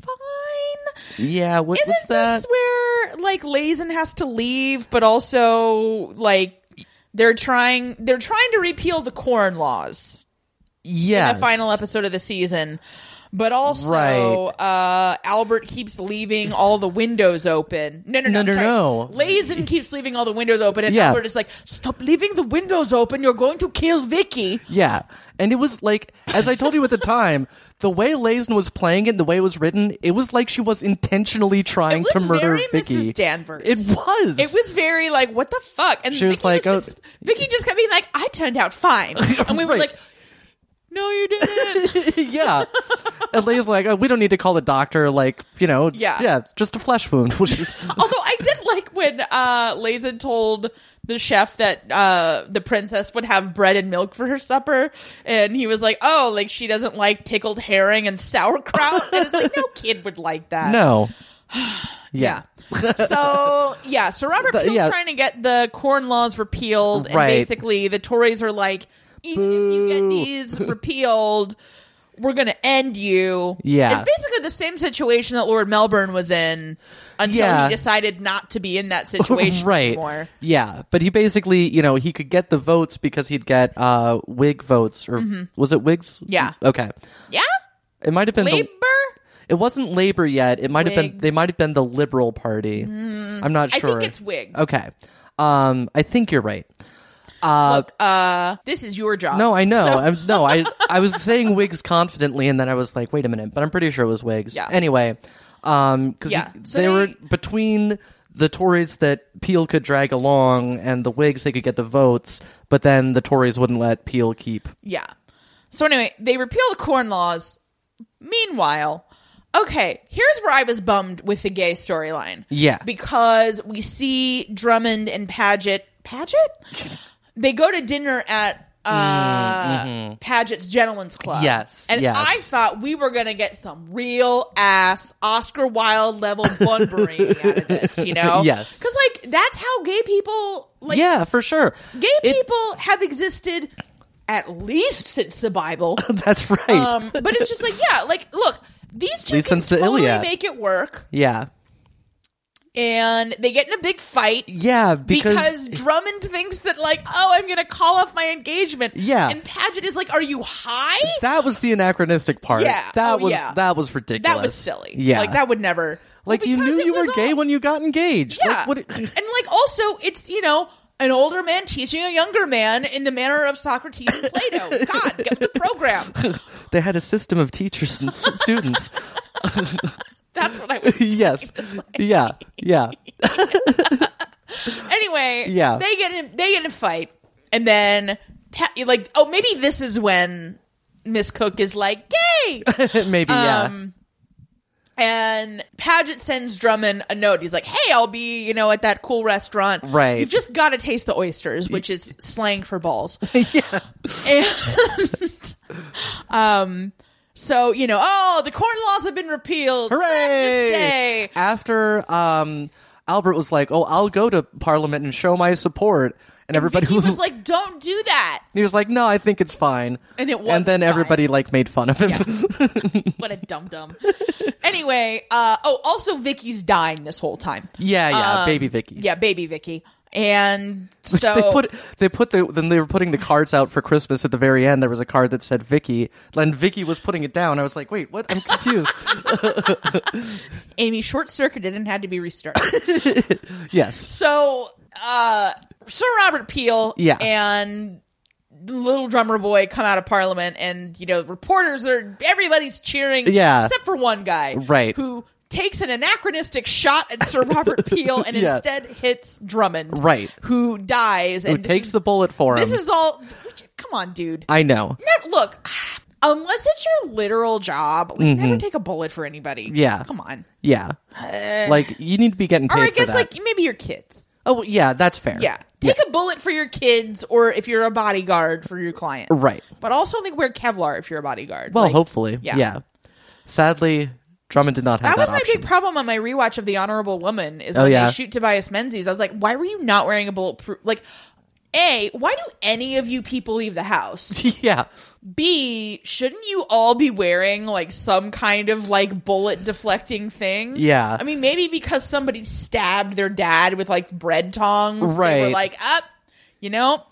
[SPEAKER 1] fine.
[SPEAKER 2] yeah, what
[SPEAKER 1] Isn't
[SPEAKER 2] was that?
[SPEAKER 1] this where like Lazen has to leave, but also like they're trying they're trying to repeal the corn laws
[SPEAKER 2] yeah.
[SPEAKER 1] in the final episode of the season. But also, uh, Albert keeps leaving all the windows open. No, no, no,
[SPEAKER 2] No, no,
[SPEAKER 1] sorry.
[SPEAKER 2] no.
[SPEAKER 1] Lazen keeps leaving all the windows open, and
[SPEAKER 2] Yeah.
[SPEAKER 1] Albert is like, "Stop leaving the windows open. You're going to kill Vicky."
[SPEAKER 2] Yeah. And it was like, as I told you at the time, the way Lazen was playing it and the way it was written, it was like she was intentionally trying
[SPEAKER 1] It
[SPEAKER 2] to
[SPEAKER 1] was
[SPEAKER 2] murder
[SPEAKER 1] very
[SPEAKER 2] Vicky.
[SPEAKER 1] Mrs. Danvers.
[SPEAKER 2] It was.
[SPEAKER 1] It was very like, what the fuck? And
[SPEAKER 2] She
[SPEAKER 1] Vicky
[SPEAKER 2] was like, oh-
[SPEAKER 1] just, Vicky just kept being like, I turned out fine, and we were
[SPEAKER 2] Right.
[SPEAKER 1] like, no, you didn't.
[SPEAKER 2] yeah. And Lazen's like, oh, we don't need to call the doctor. Like, you know,
[SPEAKER 1] Yeah.
[SPEAKER 2] yeah, just a flesh wound. Which is,
[SPEAKER 1] Although I did like when uh, Lazen told the chef that uh, the princess would have bread and milk for her supper, and he was like, oh, like she doesn't like pickled herring and sauerkraut, and it's like no kid would like that.
[SPEAKER 2] no.
[SPEAKER 1] Yeah. so yeah, so Robert
[SPEAKER 2] The-
[SPEAKER 1] Peel's
[SPEAKER 2] yeah.
[SPEAKER 1] trying to get the corn laws repealed, and
[SPEAKER 2] Right.
[SPEAKER 1] basically the Tories are like, even if you get
[SPEAKER 2] Boo.
[SPEAKER 1] these repealed, we're gonna end you.
[SPEAKER 2] Yeah.
[SPEAKER 1] it's basically the same situation that Lord Melbourne was in until
[SPEAKER 2] Yeah.
[SPEAKER 1] he decided not to be in that situation
[SPEAKER 2] right.
[SPEAKER 1] anymore.
[SPEAKER 2] Yeah. But he basically, you know, he could get the votes because he'd get uh Whig votes or was it Whigs?
[SPEAKER 1] Mm-hmm. Yeah.
[SPEAKER 2] Okay.
[SPEAKER 1] Yeah,
[SPEAKER 2] It might have been
[SPEAKER 1] labor.
[SPEAKER 2] the It wasn't Labor yet. It might have been.
[SPEAKER 1] Whigs. Mm.
[SPEAKER 2] They might have been the Liberal Party. I'm not
[SPEAKER 1] I
[SPEAKER 2] sure.
[SPEAKER 1] think it's Whigs.
[SPEAKER 2] Okay. Um, I think you're right.
[SPEAKER 1] Look, uh, this is your job.
[SPEAKER 2] No, I know.
[SPEAKER 1] So-
[SPEAKER 2] I'm, no, I I was saying Whigs confidently, and then I was like, wait a minute, but I'm pretty sure it was Whigs.
[SPEAKER 1] Yeah.
[SPEAKER 2] Anyway, um, because
[SPEAKER 1] Yeah. So
[SPEAKER 2] they,
[SPEAKER 1] they-
[SPEAKER 2] were between the Tories that Peel could drag along and the Whigs, they could get the votes, but then the Tories wouldn't let Peel keep.
[SPEAKER 1] Yeah. So anyway, they repeal the corn laws. Meanwhile, okay, here's where I was bummed with the gay storyline.
[SPEAKER 2] Yeah.
[SPEAKER 1] Because we see Drummond and Paget Paget? They go to dinner at uh Paget's Gentlemen's Club.
[SPEAKER 2] Mm, mm-hmm. Yes,
[SPEAKER 1] And
[SPEAKER 2] yes.
[SPEAKER 1] I thought we were gonna get some real ass Oscar Wilde level bunburying out of this, you know?
[SPEAKER 2] Yes.
[SPEAKER 1] Because like that's how gay people like
[SPEAKER 2] yeah, for sure.
[SPEAKER 1] gay
[SPEAKER 2] It-
[SPEAKER 1] people have existed at least since the Bible.
[SPEAKER 2] That's right.
[SPEAKER 1] Um, but it's just like, yeah, like look, these two
[SPEAKER 2] least
[SPEAKER 1] can
[SPEAKER 2] since the
[SPEAKER 1] totally
[SPEAKER 2] Iliad.
[SPEAKER 1] make it work,
[SPEAKER 2] yeah,
[SPEAKER 1] and they get in a big fight.
[SPEAKER 2] yeah,
[SPEAKER 1] Because Drummond thinks that, like, oh, I'm going to call off my engagement.
[SPEAKER 2] Yeah.
[SPEAKER 1] And Paget is like, are you high?
[SPEAKER 2] That was the anachronistic part.
[SPEAKER 1] Yeah.
[SPEAKER 2] That
[SPEAKER 1] Oh,
[SPEAKER 2] was
[SPEAKER 1] yeah.
[SPEAKER 2] that was ridiculous.
[SPEAKER 1] that was silly.
[SPEAKER 2] Yeah.
[SPEAKER 1] Like, that would never.
[SPEAKER 2] Like,
[SPEAKER 1] Well,
[SPEAKER 2] you
[SPEAKER 1] because
[SPEAKER 2] knew
[SPEAKER 1] it
[SPEAKER 2] you
[SPEAKER 1] was
[SPEAKER 2] were gay
[SPEAKER 1] all-
[SPEAKER 2] when you got engaged.
[SPEAKER 1] Yeah.
[SPEAKER 2] Like, what
[SPEAKER 1] and, like, also, it's, you know, an older man teaching a younger man in the manner of Socrates and Plato. God, get the program.
[SPEAKER 2] they had a system of teachers and s- students.
[SPEAKER 1] That's what I would
[SPEAKER 2] yes. Yeah. Yeah.
[SPEAKER 1] anyway,
[SPEAKER 2] Yeah.
[SPEAKER 1] they get in they get in a fight, and then Pa- like, oh, maybe this is when Miss Cook is like, "Gay,"
[SPEAKER 2] Maybe.
[SPEAKER 1] Um, and Paget sends Drummond a note. He's like, "Hey, I'll be you know at that cool restaurant.
[SPEAKER 2] Right.
[SPEAKER 1] You've just got to taste the oysters, which is slang for balls."
[SPEAKER 2] yeah. yeah.
[SPEAKER 1] and um. So you know, oh, the corn laws have been repealed.
[SPEAKER 2] Hooray!
[SPEAKER 1] Just stay.
[SPEAKER 2] After um, Albert was like, "Oh, I'll go to Parliament and show my support," and everybody
[SPEAKER 1] He
[SPEAKER 2] was,
[SPEAKER 1] was like, "Don't do that."
[SPEAKER 2] he was like, "No, I think it's fine."
[SPEAKER 1] And it
[SPEAKER 2] And
[SPEAKER 1] wasn't
[SPEAKER 2] then
[SPEAKER 1] fine.
[SPEAKER 2] everybody like made fun of him.
[SPEAKER 1] what a dum dum. anyway, uh, oh, also Vicky's dying this whole time.
[SPEAKER 2] yeah. Yeah.
[SPEAKER 1] Um,
[SPEAKER 2] baby Vicky.
[SPEAKER 1] Yeah, baby Vicky. And
[SPEAKER 2] Which
[SPEAKER 1] so
[SPEAKER 2] they put they put the then they were putting the cards out for Christmas at the very end. There was a card that said Vicky. Then Vicky was putting it down. I was like, wait, what? I'm confused.
[SPEAKER 1] Amy short circuited and had to be restarted.
[SPEAKER 2] yes.
[SPEAKER 1] so uh, Sir Robert Peel
[SPEAKER 2] Yeah.
[SPEAKER 1] and little drummer boy come out of parliament and you know reporters are everybody's cheering
[SPEAKER 2] Yeah.
[SPEAKER 1] except for one guy
[SPEAKER 2] Right.
[SPEAKER 1] who takes an anachronistic shot at sir robert peel and
[SPEAKER 2] Yeah.
[SPEAKER 1] instead hits drummond
[SPEAKER 2] Right.
[SPEAKER 1] who dies
[SPEAKER 2] Who
[SPEAKER 1] and this
[SPEAKER 2] takes
[SPEAKER 1] is-
[SPEAKER 2] the bullet for him?
[SPEAKER 1] This is all. Come on, dude.
[SPEAKER 2] I know.
[SPEAKER 1] No, look, unless it's your literal job, like never take a bullet for anybody.
[SPEAKER 2] Mm-hmm. Yeah.
[SPEAKER 1] come on.
[SPEAKER 2] Yeah. like you need to be getting paid
[SPEAKER 1] Or I
[SPEAKER 2] for
[SPEAKER 1] guess
[SPEAKER 2] that.
[SPEAKER 1] like maybe your kids.
[SPEAKER 2] Oh, well, yeah, that's fair.
[SPEAKER 1] Yeah. Take a bullet for your kids or if you're a bodyguard for your client.
[SPEAKER 2] Right.
[SPEAKER 1] But also I think wear Kevlar if you're a bodyguard.
[SPEAKER 2] Well,
[SPEAKER 1] Like,
[SPEAKER 2] hopefully.
[SPEAKER 1] yeah.
[SPEAKER 2] Yeah. Sadly, Drummond did not have
[SPEAKER 1] That
[SPEAKER 2] that,
[SPEAKER 1] was my
[SPEAKER 2] option.
[SPEAKER 1] big problem on my rewatch of The Honorable Woman is
[SPEAKER 2] Oh,
[SPEAKER 1] when
[SPEAKER 2] yeah.
[SPEAKER 1] they shoot Tobias Menzies. I was like, why were you not wearing a bulletproof like A, why do any of you people leave the house?
[SPEAKER 2] yeah.
[SPEAKER 1] B, shouldn't you all be wearing like some kind of like bullet deflecting thing?
[SPEAKER 2] Yeah.
[SPEAKER 1] I mean, maybe because somebody stabbed their dad with like bread tongs. They were
[SPEAKER 2] Right.
[SPEAKER 1] like, up, you know,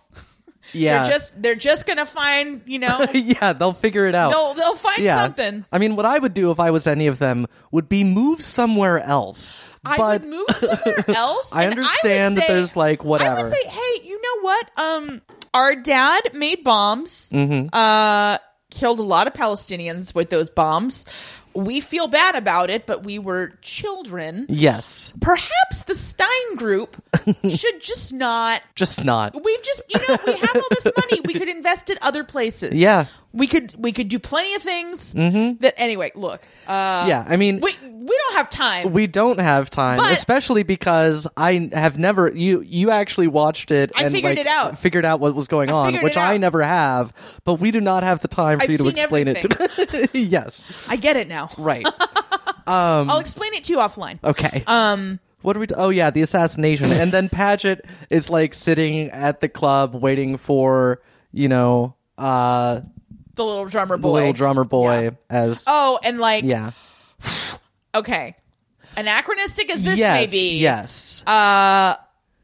[SPEAKER 2] Yeah.
[SPEAKER 1] they're just they're just gonna find, you know,
[SPEAKER 2] yeah, they'll figure it out.
[SPEAKER 1] they'll they'll find
[SPEAKER 2] yeah.
[SPEAKER 1] something.
[SPEAKER 2] I mean, what I would do if I was any of them would be move somewhere else.
[SPEAKER 1] I
[SPEAKER 2] but
[SPEAKER 1] would move somewhere else.
[SPEAKER 2] I
[SPEAKER 1] and
[SPEAKER 2] understand
[SPEAKER 1] would
[SPEAKER 2] that
[SPEAKER 1] say-
[SPEAKER 2] there's, like,
[SPEAKER 1] I
[SPEAKER 2] whatever.
[SPEAKER 1] would say, hey, you know what? Um, our dad made bombs.
[SPEAKER 2] Mm-hmm.
[SPEAKER 1] Uh, killed a lot of Palestinians with those bombs. We feel bad about it, but we were children.
[SPEAKER 2] yes,
[SPEAKER 1] Perhaps the Stein Group should just not.
[SPEAKER 2] just not.
[SPEAKER 1] We've just, you know, we have all this money. We could invest it other places.
[SPEAKER 2] Yeah. Mm-hmm.
[SPEAKER 1] we could. We could do plenty of things. That anyway, look. Uh,
[SPEAKER 2] yeah, I mean,
[SPEAKER 1] Wait, we don't have time.
[SPEAKER 2] we don't have time,
[SPEAKER 1] But-
[SPEAKER 2] especially because I have never you you actually watched it.
[SPEAKER 1] I
[SPEAKER 2] and,
[SPEAKER 1] figured it
[SPEAKER 2] like,
[SPEAKER 1] out.
[SPEAKER 2] figured out what was going on,
[SPEAKER 1] figured
[SPEAKER 2] which
[SPEAKER 1] it out.
[SPEAKER 2] I never have. But we do not have the time for
[SPEAKER 1] I've
[SPEAKER 2] you to
[SPEAKER 1] seen
[SPEAKER 2] explain it. to Yes,
[SPEAKER 1] I get it now.
[SPEAKER 2] right.
[SPEAKER 1] I'll explain it to you offline.
[SPEAKER 2] Um, Okay.
[SPEAKER 1] Um,
[SPEAKER 2] What are we? T- oh yeah, the assassination, and then Paget is like sitting at the club waiting for you know uh
[SPEAKER 1] the little drummer
[SPEAKER 2] the
[SPEAKER 1] boy.
[SPEAKER 2] little drummer boy
[SPEAKER 1] Yeah.
[SPEAKER 2] as
[SPEAKER 1] Oh, and like,
[SPEAKER 2] yeah
[SPEAKER 1] okay, anachronistic as this
[SPEAKER 2] yes
[SPEAKER 1] may be,
[SPEAKER 2] yes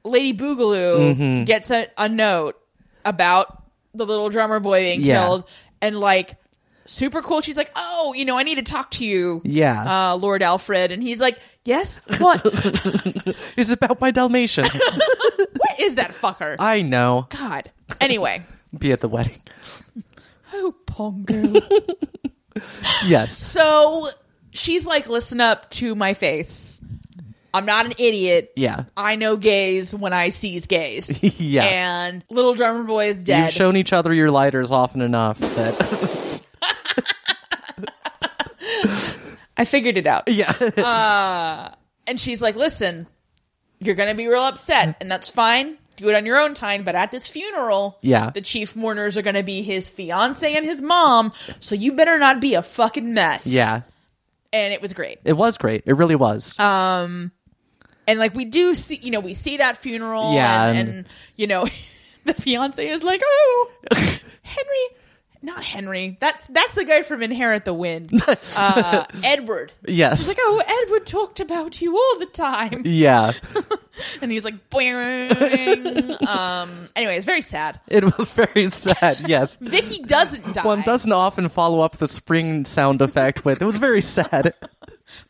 [SPEAKER 1] Lady Boogaloo
[SPEAKER 2] Mm-hmm.
[SPEAKER 1] gets a, a note about the little drummer boy being
[SPEAKER 2] Yeah.
[SPEAKER 1] killed, and like, super cool. She's like, oh, you know, I need to talk to you,
[SPEAKER 2] Yeah.
[SPEAKER 1] uh, Lord Alfred, and he's like, yes, what? what
[SPEAKER 2] it's about my Dalmatian.
[SPEAKER 1] is that fucker?
[SPEAKER 2] I know.
[SPEAKER 1] God. Anyway,
[SPEAKER 2] Be at the wedding.
[SPEAKER 1] oh, Pongo.
[SPEAKER 2] Yes.
[SPEAKER 1] So she's like, listen up to my face. I'm not an idiot.
[SPEAKER 2] Yeah.
[SPEAKER 1] I know gays when I sees gays.
[SPEAKER 2] Yeah.
[SPEAKER 1] And little drummer boy is dead.
[SPEAKER 2] You've shown each other your lighters often enough that
[SPEAKER 1] I figured it out.
[SPEAKER 2] yeah
[SPEAKER 1] And she's like, listen, you're going to be real upset, and that's fine. Do it on your own time, but at this funeral,
[SPEAKER 2] Yeah.
[SPEAKER 1] the chief mourners are going to be his fiance and his mom, so you better not be a fucking mess.
[SPEAKER 2] yeah
[SPEAKER 1] And it was great.
[SPEAKER 2] it was great it really was
[SPEAKER 1] Uh, and like we do see you know we see that funeral
[SPEAKER 2] Yeah,
[SPEAKER 1] and,
[SPEAKER 2] and-
[SPEAKER 1] and you know the fiance is like oh henry not henry that's that's the guy from inherit the wind uh edward he's
[SPEAKER 2] yes
[SPEAKER 1] like oh edward talked about you all the time
[SPEAKER 2] yeah
[SPEAKER 1] and he's like boing um anyway it's very sad
[SPEAKER 2] it was very sad yes
[SPEAKER 1] vicky doesn't die
[SPEAKER 2] one doesn't often follow up the spring sound effect with it was very sad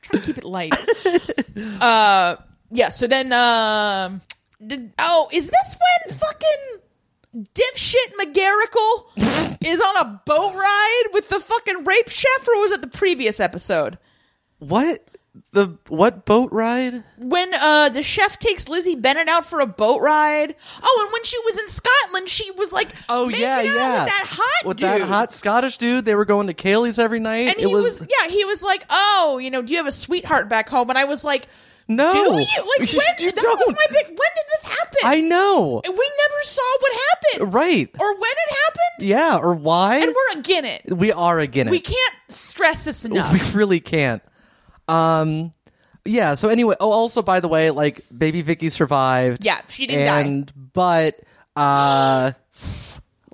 [SPEAKER 1] trying to keep it light uh yeah so then um did, oh is this when fucking dipshit McGarrickle is on a boat ride with the fucking rape chef, or was it the previous episode?
[SPEAKER 2] what the what boat ride
[SPEAKER 1] When uh the chef takes Lizzie Bennett out for a boat ride. Oh, and when she was in Scotland, she was like,
[SPEAKER 2] oh
[SPEAKER 1] making
[SPEAKER 2] yeah
[SPEAKER 1] out
[SPEAKER 2] yeah
[SPEAKER 1] with that hot
[SPEAKER 2] with
[SPEAKER 1] dude.
[SPEAKER 2] that hot Scottish dude they were going to Kaylee's every night
[SPEAKER 1] And
[SPEAKER 2] it
[SPEAKER 1] he was, yeah, he was like, oh, you know, do you have a sweetheart back home? And I was like,
[SPEAKER 2] no
[SPEAKER 1] do you? Like, when?
[SPEAKER 2] you
[SPEAKER 1] that
[SPEAKER 2] don't
[SPEAKER 1] was my big. When did this happen?
[SPEAKER 2] I know
[SPEAKER 1] And we never saw what happened
[SPEAKER 2] right
[SPEAKER 1] or when it happened
[SPEAKER 2] yeah or why
[SPEAKER 1] and we're again it
[SPEAKER 2] we are again
[SPEAKER 1] we can't stress this
[SPEAKER 2] we
[SPEAKER 1] enough
[SPEAKER 2] really can't. Um, yeah. So anyway, oh, also by the way, like baby Vicky survived.
[SPEAKER 1] yeah she didn't
[SPEAKER 2] and but uh,
[SPEAKER 1] die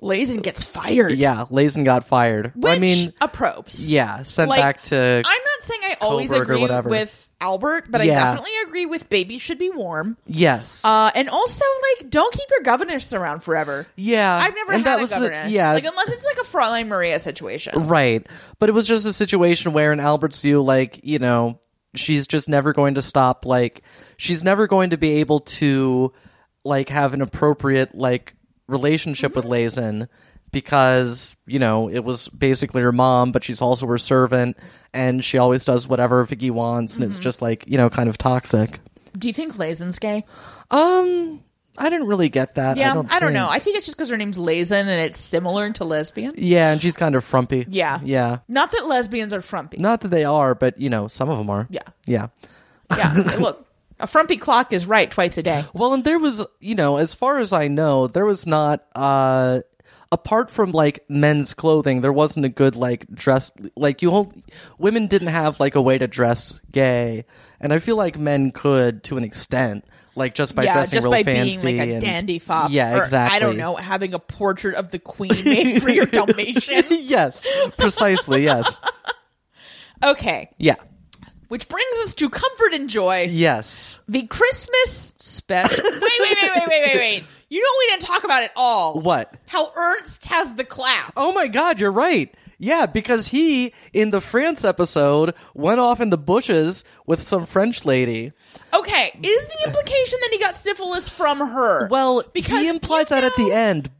[SPEAKER 1] lazen gets fired
[SPEAKER 2] yeah, Lazen got fired.
[SPEAKER 1] which
[SPEAKER 2] I mean,
[SPEAKER 1] approves
[SPEAKER 2] yeah, sent
[SPEAKER 1] Like,
[SPEAKER 2] back to
[SPEAKER 1] i'm not saying i always
[SPEAKER 2] Kohlberg or
[SPEAKER 1] agree
[SPEAKER 2] whatever.
[SPEAKER 1] with albert but i
[SPEAKER 2] Yeah.
[SPEAKER 1] definitely agree with baby should be warm
[SPEAKER 2] yes,
[SPEAKER 1] uh, and also like don't keep your governess around forever
[SPEAKER 2] yeah.
[SPEAKER 1] i've never
[SPEAKER 2] Uh, and
[SPEAKER 1] had
[SPEAKER 2] that was
[SPEAKER 1] a
[SPEAKER 2] the-
[SPEAKER 1] governess
[SPEAKER 2] yeah,
[SPEAKER 1] like unless it's like a fräulein maria situation
[SPEAKER 2] Right. But it was just a situation where, in Albert's view, like, you know, she's just never going to stop. Like, she's never going to be able to, like, have an appropriate, like, relationship with Lazen because, you know, it was basically her mom, but she's also her servant and she always does whatever Vicky wants. And it's
[SPEAKER 1] Mm-hmm.
[SPEAKER 2] just, like, you know, kind of toxic.
[SPEAKER 1] do you think lazen's gay
[SPEAKER 2] Um, I didn't really get that.
[SPEAKER 1] yeah
[SPEAKER 2] I don't, think.
[SPEAKER 1] know i think it's just because her name's lazen and it's similar to lesbian
[SPEAKER 2] Yeah, and she's kind of frumpy.
[SPEAKER 1] Yeah.
[SPEAKER 2] Yeah.
[SPEAKER 1] not that lesbians are frumpy
[SPEAKER 2] Not that they are, but, you know, some of them are.
[SPEAKER 1] Yeah.
[SPEAKER 2] Yeah.
[SPEAKER 1] Yeah. Look, A frumpy clock is right twice a day.
[SPEAKER 2] Well, and there was, you know, as far as I know, there was not uh apart from like men's clothing, there wasn't a good like dress like you whole women didn't have like a way to dress gay. And I feel like men could to an extent, like just by
[SPEAKER 1] yeah,
[SPEAKER 2] dressing
[SPEAKER 1] just
[SPEAKER 2] real
[SPEAKER 1] by being
[SPEAKER 2] fancy
[SPEAKER 1] like a
[SPEAKER 2] and-
[SPEAKER 1] dandy fop.
[SPEAKER 2] Yeah,
[SPEAKER 1] or,
[SPEAKER 2] exactly.
[SPEAKER 1] I don't know, having a portrait of the queen made for your Dalmatian.
[SPEAKER 2] yes, precisely, yes.
[SPEAKER 1] Okay,
[SPEAKER 2] Yeah.
[SPEAKER 1] which brings us to comfort and joy.
[SPEAKER 2] Yes.
[SPEAKER 1] The Christmas special. wait, wait, wait, wait, wait, wait, wait. You know what we didn't talk about at all.
[SPEAKER 2] What?
[SPEAKER 1] How Ernst has the clap.
[SPEAKER 2] Oh my god, you're right. Yeah, because he in the France episode went off in the bushes with some French lady.
[SPEAKER 1] Okay, is the implication that he got syphilis from her?
[SPEAKER 2] Well,
[SPEAKER 1] Because
[SPEAKER 2] he implies
[SPEAKER 1] you
[SPEAKER 2] that at the
[SPEAKER 1] know-
[SPEAKER 2] end,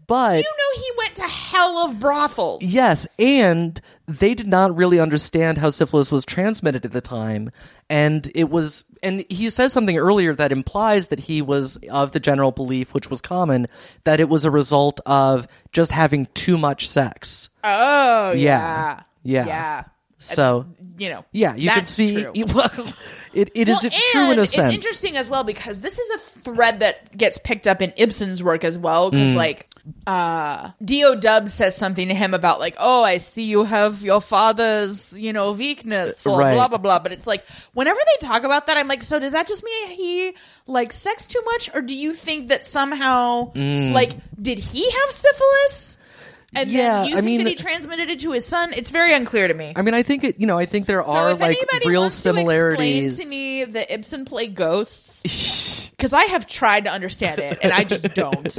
[SPEAKER 1] you
[SPEAKER 2] but
[SPEAKER 1] know he went to hell of brothels.
[SPEAKER 2] yes, and they did not really understand how syphilis was transmitted at the time, and it was. And he says something earlier that implies that he was of the general belief, which was common, that it was a result of just having too much sex.
[SPEAKER 1] Oh,
[SPEAKER 2] Yeah.
[SPEAKER 1] yeah.
[SPEAKER 2] Yeah. So
[SPEAKER 1] You know.
[SPEAKER 2] yeah, you can
[SPEAKER 1] that's
[SPEAKER 2] see
[SPEAKER 1] true.
[SPEAKER 2] it. It is
[SPEAKER 1] Well,
[SPEAKER 2] true in
[SPEAKER 1] and
[SPEAKER 2] a
[SPEAKER 1] it's
[SPEAKER 2] sense.
[SPEAKER 1] interesting as well because this is a thread that gets picked up in Ibsen's work as well. Because
[SPEAKER 2] Mm.
[SPEAKER 1] like, uh, Do Dub says something to him about like, "Oh, I see you have your father's, you know, weakness for
[SPEAKER 2] Uh, Right.
[SPEAKER 1] blah blah blah." But it's like whenever they talk about that, I'm like, so does that just mean he like sex too much, or do you think that somehow
[SPEAKER 2] Mm.
[SPEAKER 1] like did he have syphilis? And
[SPEAKER 2] Yeah,
[SPEAKER 1] then you
[SPEAKER 2] I
[SPEAKER 1] think
[SPEAKER 2] mean-
[SPEAKER 1] that he transmitted it to his son? It's very unclear to me.
[SPEAKER 2] I mean, I think it. You know, I think there
[SPEAKER 1] So
[SPEAKER 2] are
[SPEAKER 1] if
[SPEAKER 2] like
[SPEAKER 1] anybody
[SPEAKER 2] real
[SPEAKER 1] wants to explain
[SPEAKER 2] similarities.
[SPEAKER 1] To, me, the Ibsen play ghosts, because I have tried to understand it and I just don't.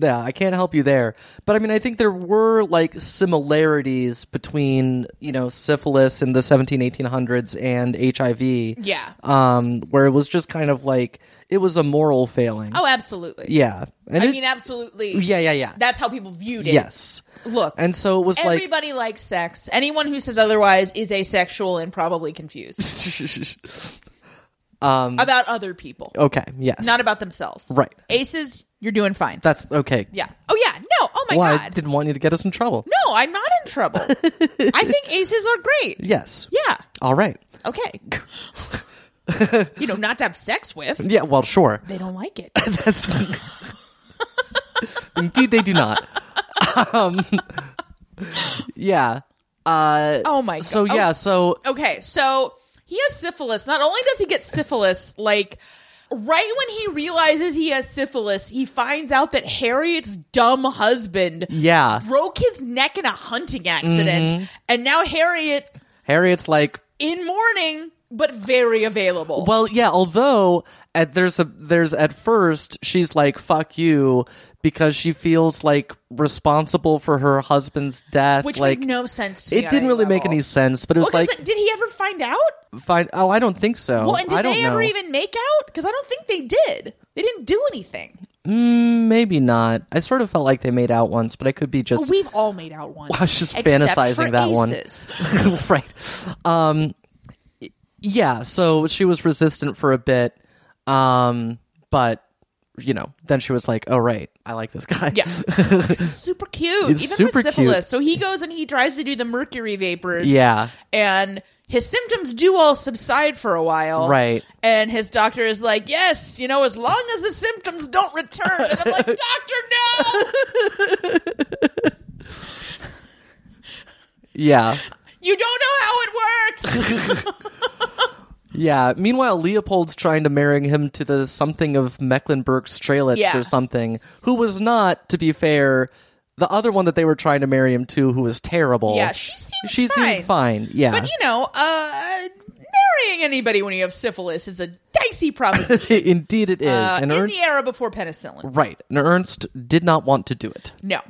[SPEAKER 2] Yeah, I can't help you there. But I mean, I think there were like similarities between, you know, syphilis in the 17, 1800s and HIV.
[SPEAKER 1] Yeah.
[SPEAKER 2] Um, where it was just kind of like, it was a moral failing.
[SPEAKER 1] Oh, absolutely.
[SPEAKER 2] Yeah. And
[SPEAKER 1] I
[SPEAKER 2] it-
[SPEAKER 1] mean, absolutely.
[SPEAKER 2] yeah, yeah, yeah.
[SPEAKER 1] That's how people viewed it.
[SPEAKER 2] yes.
[SPEAKER 1] Look,
[SPEAKER 2] And so it was like,
[SPEAKER 1] everybody likes sex. Anyone who says otherwise is asexual and probably confused about other people,
[SPEAKER 2] okay, yes.
[SPEAKER 1] not about themselves.
[SPEAKER 2] Oh. Right.
[SPEAKER 1] Aces, you're doing fine.
[SPEAKER 2] That's okay.
[SPEAKER 1] yeah. Oh, yeah. No. Oh, my
[SPEAKER 2] Why I
[SPEAKER 1] God.
[SPEAKER 2] didn't want you to get us in trouble.
[SPEAKER 1] no, I'm not in trouble. I think aces are great.
[SPEAKER 2] Yes.
[SPEAKER 1] Yeah.
[SPEAKER 2] All right.
[SPEAKER 1] Okay. you know, not to have sex with.
[SPEAKER 2] Yeah, well, sure.
[SPEAKER 1] They don't like it.
[SPEAKER 2] That's indeed they do not. Um, yeah. Uh,
[SPEAKER 1] Oh my god.
[SPEAKER 2] so yeah. So
[SPEAKER 1] Oh, okay, so he has syphilis. Not only does he get syphilis, like right when he realizes he has syphilis, he finds out that Harriet's dumb husband
[SPEAKER 2] yeah,
[SPEAKER 1] broke his neck in a hunting accident.
[SPEAKER 2] Mm-hmm.
[SPEAKER 1] And now Harriet
[SPEAKER 2] Harriet's like,
[SPEAKER 1] in mourning, but very available.
[SPEAKER 2] well, yeah. Although at there's a there's at first she's like, "Fuck you," because she feels like responsible for her husband's death.
[SPEAKER 1] which
[SPEAKER 2] like
[SPEAKER 1] made no sense to me.
[SPEAKER 2] it
[SPEAKER 1] on
[SPEAKER 2] didn't
[SPEAKER 1] any
[SPEAKER 2] really make
[SPEAKER 1] level.
[SPEAKER 2] any sense, but it was
[SPEAKER 1] Well, 'cause
[SPEAKER 2] like,
[SPEAKER 1] it- did he ever find out?
[SPEAKER 2] fine. Oh, I don't think so.
[SPEAKER 1] Well, and did
[SPEAKER 2] I don't
[SPEAKER 1] they
[SPEAKER 2] know.
[SPEAKER 1] ever even make out? Because I don't think they did. They didn't do anything.
[SPEAKER 2] Maybe not. I sort of felt like they made out once, but I could be just
[SPEAKER 1] We've all made out once.
[SPEAKER 2] I was just
[SPEAKER 1] except
[SPEAKER 2] fantasizing
[SPEAKER 1] for
[SPEAKER 2] that one.
[SPEAKER 1] aces.
[SPEAKER 2] right. Um, y- yeah. So she was resistant for a bit, um, but you know, then she was like, "Oh right, I like this guy."
[SPEAKER 1] Yeah. super cute.
[SPEAKER 2] He's
[SPEAKER 1] Even
[SPEAKER 2] super
[SPEAKER 1] with syphilis.
[SPEAKER 2] cute.
[SPEAKER 1] So he goes and he tries to do the mercury vapors.
[SPEAKER 2] Yeah.
[SPEAKER 1] And his symptoms do all subside for a while.
[SPEAKER 2] Right.
[SPEAKER 1] And his doctor is like, Yes, you know, as long as the symptoms don't return. And I'm like, Doctor, no!
[SPEAKER 2] yeah,
[SPEAKER 1] You don't know how it works.
[SPEAKER 2] yeah. Meanwhile, Leopold's trying to marry him to the something of Mecklenburg Strelitz
[SPEAKER 1] Yeah.
[SPEAKER 2] or something, who was not, to be fair, the other one that they were trying to marry him to, who was terrible.
[SPEAKER 1] Yeah, she seems
[SPEAKER 2] she seemed fine. Yeah,
[SPEAKER 1] But you know, uh marrying anybody when you have syphilis is a dicey proposition.
[SPEAKER 2] indeed it is.
[SPEAKER 1] Uh, in
[SPEAKER 2] and Ernst,
[SPEAKER 1] the era before penicillin.
[SPEAKER 2] right? And Ernst did not want to do it.
[SPEAKER 1] No.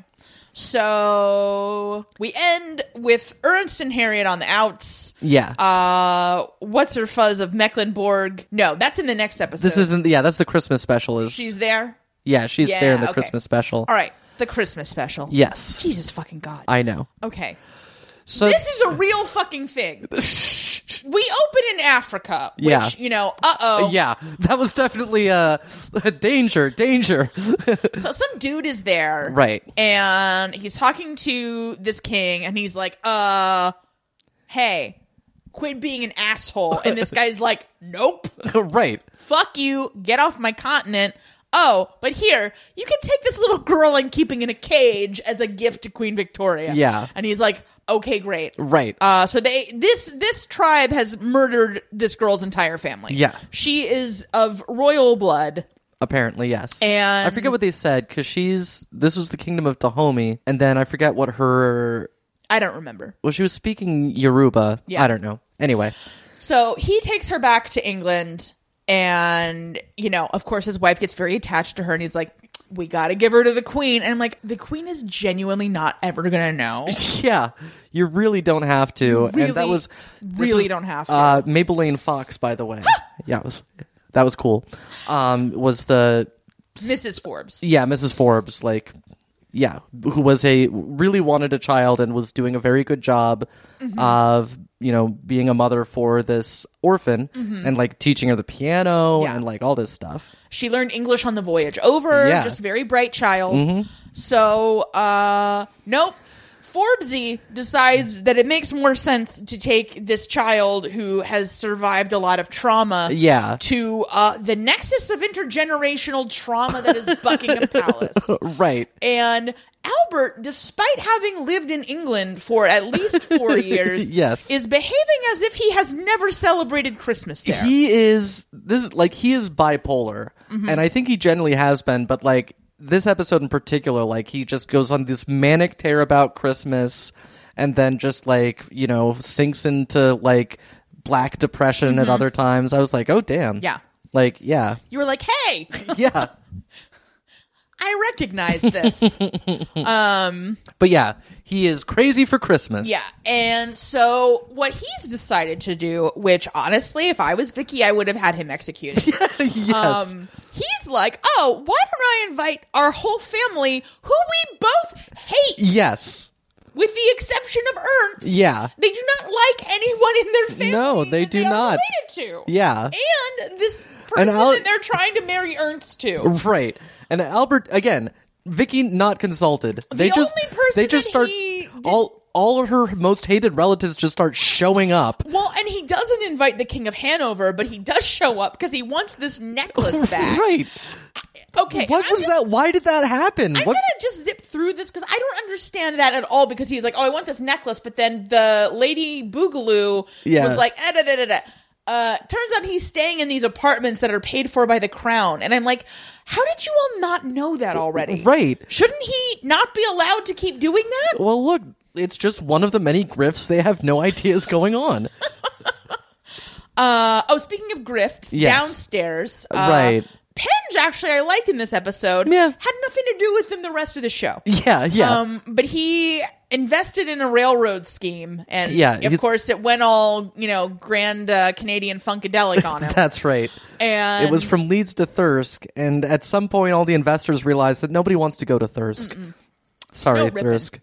[SPEAKER 1] So we end with Ernst and Harriet on the outs.
[SPEAKER 2] Yeah.
[SPEAKER 1] Uh, what's her fuzz of Mecklenburg? No, that's in the next episode.
[SPEAKER 2] This isn't. Yeah, that's the Christmas special. Is
[SPEAKER 1] she's there.
[SPEAKER 2] yeah, she's
[SPEAKER 1] Yeah,
[SPEAKER 2] there in the
[SPEAKER 1] okay.
[SPEAKER 2] Christmas special.
[SPEAKER 1] All right, the Christmas special.
[SPEAKER 2] Yes,
[SPEAKER 1] Jesus fucking God.
[SPEAKER 2] I know.
[SPEAKER 1] okay.
[SPEAKER 2] So
[SPEAKER 1] This is a real fucking thing. We open in Africa, which,
[SPEAKER 2] Yeah.
[SPEAKER 1] you know, uh oh.
[SPEAKER 2] yeah, that was definitely a uh, danger. Danger.
[SPEAKER 1] So some dude is there.
[SPEAKER 2] Right.
[SPEAKER 1] And he's talking to this king and he's like, uh, hey, quit being an asshole. And this guy's like, nope,
[SPEAKER 2] right.
[SPEAKER 1] fuck you, get off my continent. Oh, but here, you can take this little girl I'm keeping in a cage as a gift to Queen Victoria.
[SPEAKER 2] Yeah.
[SPEAKER 1] And he's like, okay, great.
[SPEAKER 2] Right.
[SPEAKER 1] Uh, so they this this tribe has murdered this girl's entire family.
[SPEAKER 2] Yeah.
[SPEAKER 1] She is of royal blood.
[SPEAKER 2] Apparently, yes.
[SPEAKER 1] And-
[SPEAKER 2] I forget what they said because she's this was the kingdom of Dahomey, and then I forget what her
[SPEAKER 1] I don't remember.
[SPEAKER 2] well she was speaking Yoruba.
[SPEAKER 1] Yeah.
[SPEAKER 2] I don't know. Anyway,
[SPEAKER 1] So he takes her back to England, and you know, of course, his wife gets very attached to her, and he's like, "We got to give her to the queen." And I'm like, "The queen is genuinely not ever gonna know."
[SPEAKER 2] yeah, you really don't have to.
[SPEAKER 1] really-
[SPEAKER 2] and that was this
[SPEAKER 1] really
[SPEAKER 2] was,
[SPEAKER 1] don't have to.
[SPEAKER 2] Uh, Maybelline Fox, by the way. yeah, it was that was cool. Um, was the
[SPEAKER 1] Mrs. Forbes.
[SPEAKER 2] yeah Mrs. Forbes like yeah who was a really wanted a child and was doing a very good job of you know being a mother for this orphan and like teaching her the piano
[SPEAKER 1] Yeah.
[SPEAKER 2] and like all this stuff.
[SPEAKER 1] She learned English on the voyage over.
[SPEAKER 2] Yeah. Mm-hmm.
[SPEAKER 1] Just very bright child. So, uh, nope. Forbesy decides that it makes more sense to take this child who has survived a lot of trauma
[SPEAKER 2] Yeah.
[SPEAKER 1] to uh, the nexus of intergenerational trauma that is Buckingham Palace.
[SPEAKER 2] Right.
[SPEAKER 1] And Albert, despite having lived in England for at least four years,
[SPEAKER 2] Yes.
[SPEAKER 1] is behaving as if he has never celebrated Christmas there.
[SPEAKER 2] He is this is- like he is bipolar,
[SPEAKER 1] Mm-hmm.
[SPEAKER 2] and I think he generally has been, but like this episode in particular, like he just goes on this manic tear about Christmas, and then just like you know sinks into like black depression at other times. I was like, oh damn,
[SPEAKER 1] Mm-hmm. Yeah.
[SPEAKER 2] like yeah,
[SPEAKER 1] you were like, hey,
[SPEAKER 2] yeah,
[SPEAKER 1] I recognize this.
[SPEAKER 2] but yeah, he is crazy for Christmas.
[SPEAKER 1] yeah. And so what he's decided to do, which honestly, if I was Vicky, I would have had him executed.
[SPEAKER 2] yes,
[SPEAKER 1] Um, he's like, oh, why don't I invite our whole family, who we both hate,
[SPEAKER 2] yes,
[SPEAKER 1] with the exception of Ernst?
[SPEAKER 2] Yeah.
[SPEAKER 1] they do not like anyone in their family.
[SPEAKER 2] No, they
[SPEAKER 1] that
[SPEAKER 2] do
[SPEAKER 1] are
[SPEAKER 2] not.
[SPEAKER 1] Related to
[SPEAKER 2] yeah.
[SPEAKER 1] and this person
[SPEAKER 2] And I'll-
[SPEAKER 1] that they're trying to marry Ernst to.
[SPEAKER 2] Right. And Albert again, Vicky not consulted. They just
[SPEAKER 1] only person
[SPEAKER 2] they just
[SPEAKER 1] that
[SPEAKER 2] start
[SPEAKER 1] he did-
[SPEAKER 2] all all of her most hated relatives just start showing up.
[SPEAKER 1] Well, and he doesn't invite the King of Hanover, but he does show up because he wants this necklace back.
[SPEAKER 2] Right.
[SPEAKER 1] Okay. and
[SPEAKER 2] What
[SPEAKER 1] I'm
[SPEAKER 2] was
[SPEAKER 1] just-
[SPEAKER 2] that? Why did that happen?
[SPEAKER 1] I'm
[SPEAKER 2] what
[SPEAKER 1] gonna just zip through this because I don't understand that at all. Because he's like, "Oh, I want this necklace," but then the lady Boogaloo
[SPEAKER 2] Yeah.
[SPEAKER 1] was like, eh, da, da, da, da. Uh, "Turns out he's staying in these apartments that are paid for by the crown." And I'm like, "How did you all not know that already?
[SPEAKER 2] Right.
[SPEAKER 1] Shouldn't he not be allowed to keep doing that?"
[SPEAKER 2] Well, look, it's just one of the many grifts they have no ideas going on.
[SPEAKER 1] Uh, oh, speaking of grifts,
[SPEAKER 2] Yes.
[SPEAKER 1] downstairs, uh,
[SPEAKER 2] Right.
[SPEAKER 1] Penge actually I liked in this episode.
[SPEAKER 2] Yeah.
[SPEAKER 1] had nothing to do with him the rest of the show.
[SPEAKER 2] yeah, yeah.
[SPEAKER 1] Um, but he invested in a railroad scheme, and
[SPEAKER 2] Yeah,
[SPEAKER 1] of
[SPEAKER 2] it's-
[SPEAKER 1] course, it went all you know, grand uh, Canadian funkadelic on him.
[SPEAKER 2] That's right.
[SPEAKER 1] and
[SPEAKER 2] It was from Leeds to Thirsk, and at some point, all the investors realized that nobody wants to go to Thirsk. Sorry,
[SPEAKER 1] No ripping.
[SPEAKER 2] Thirsk.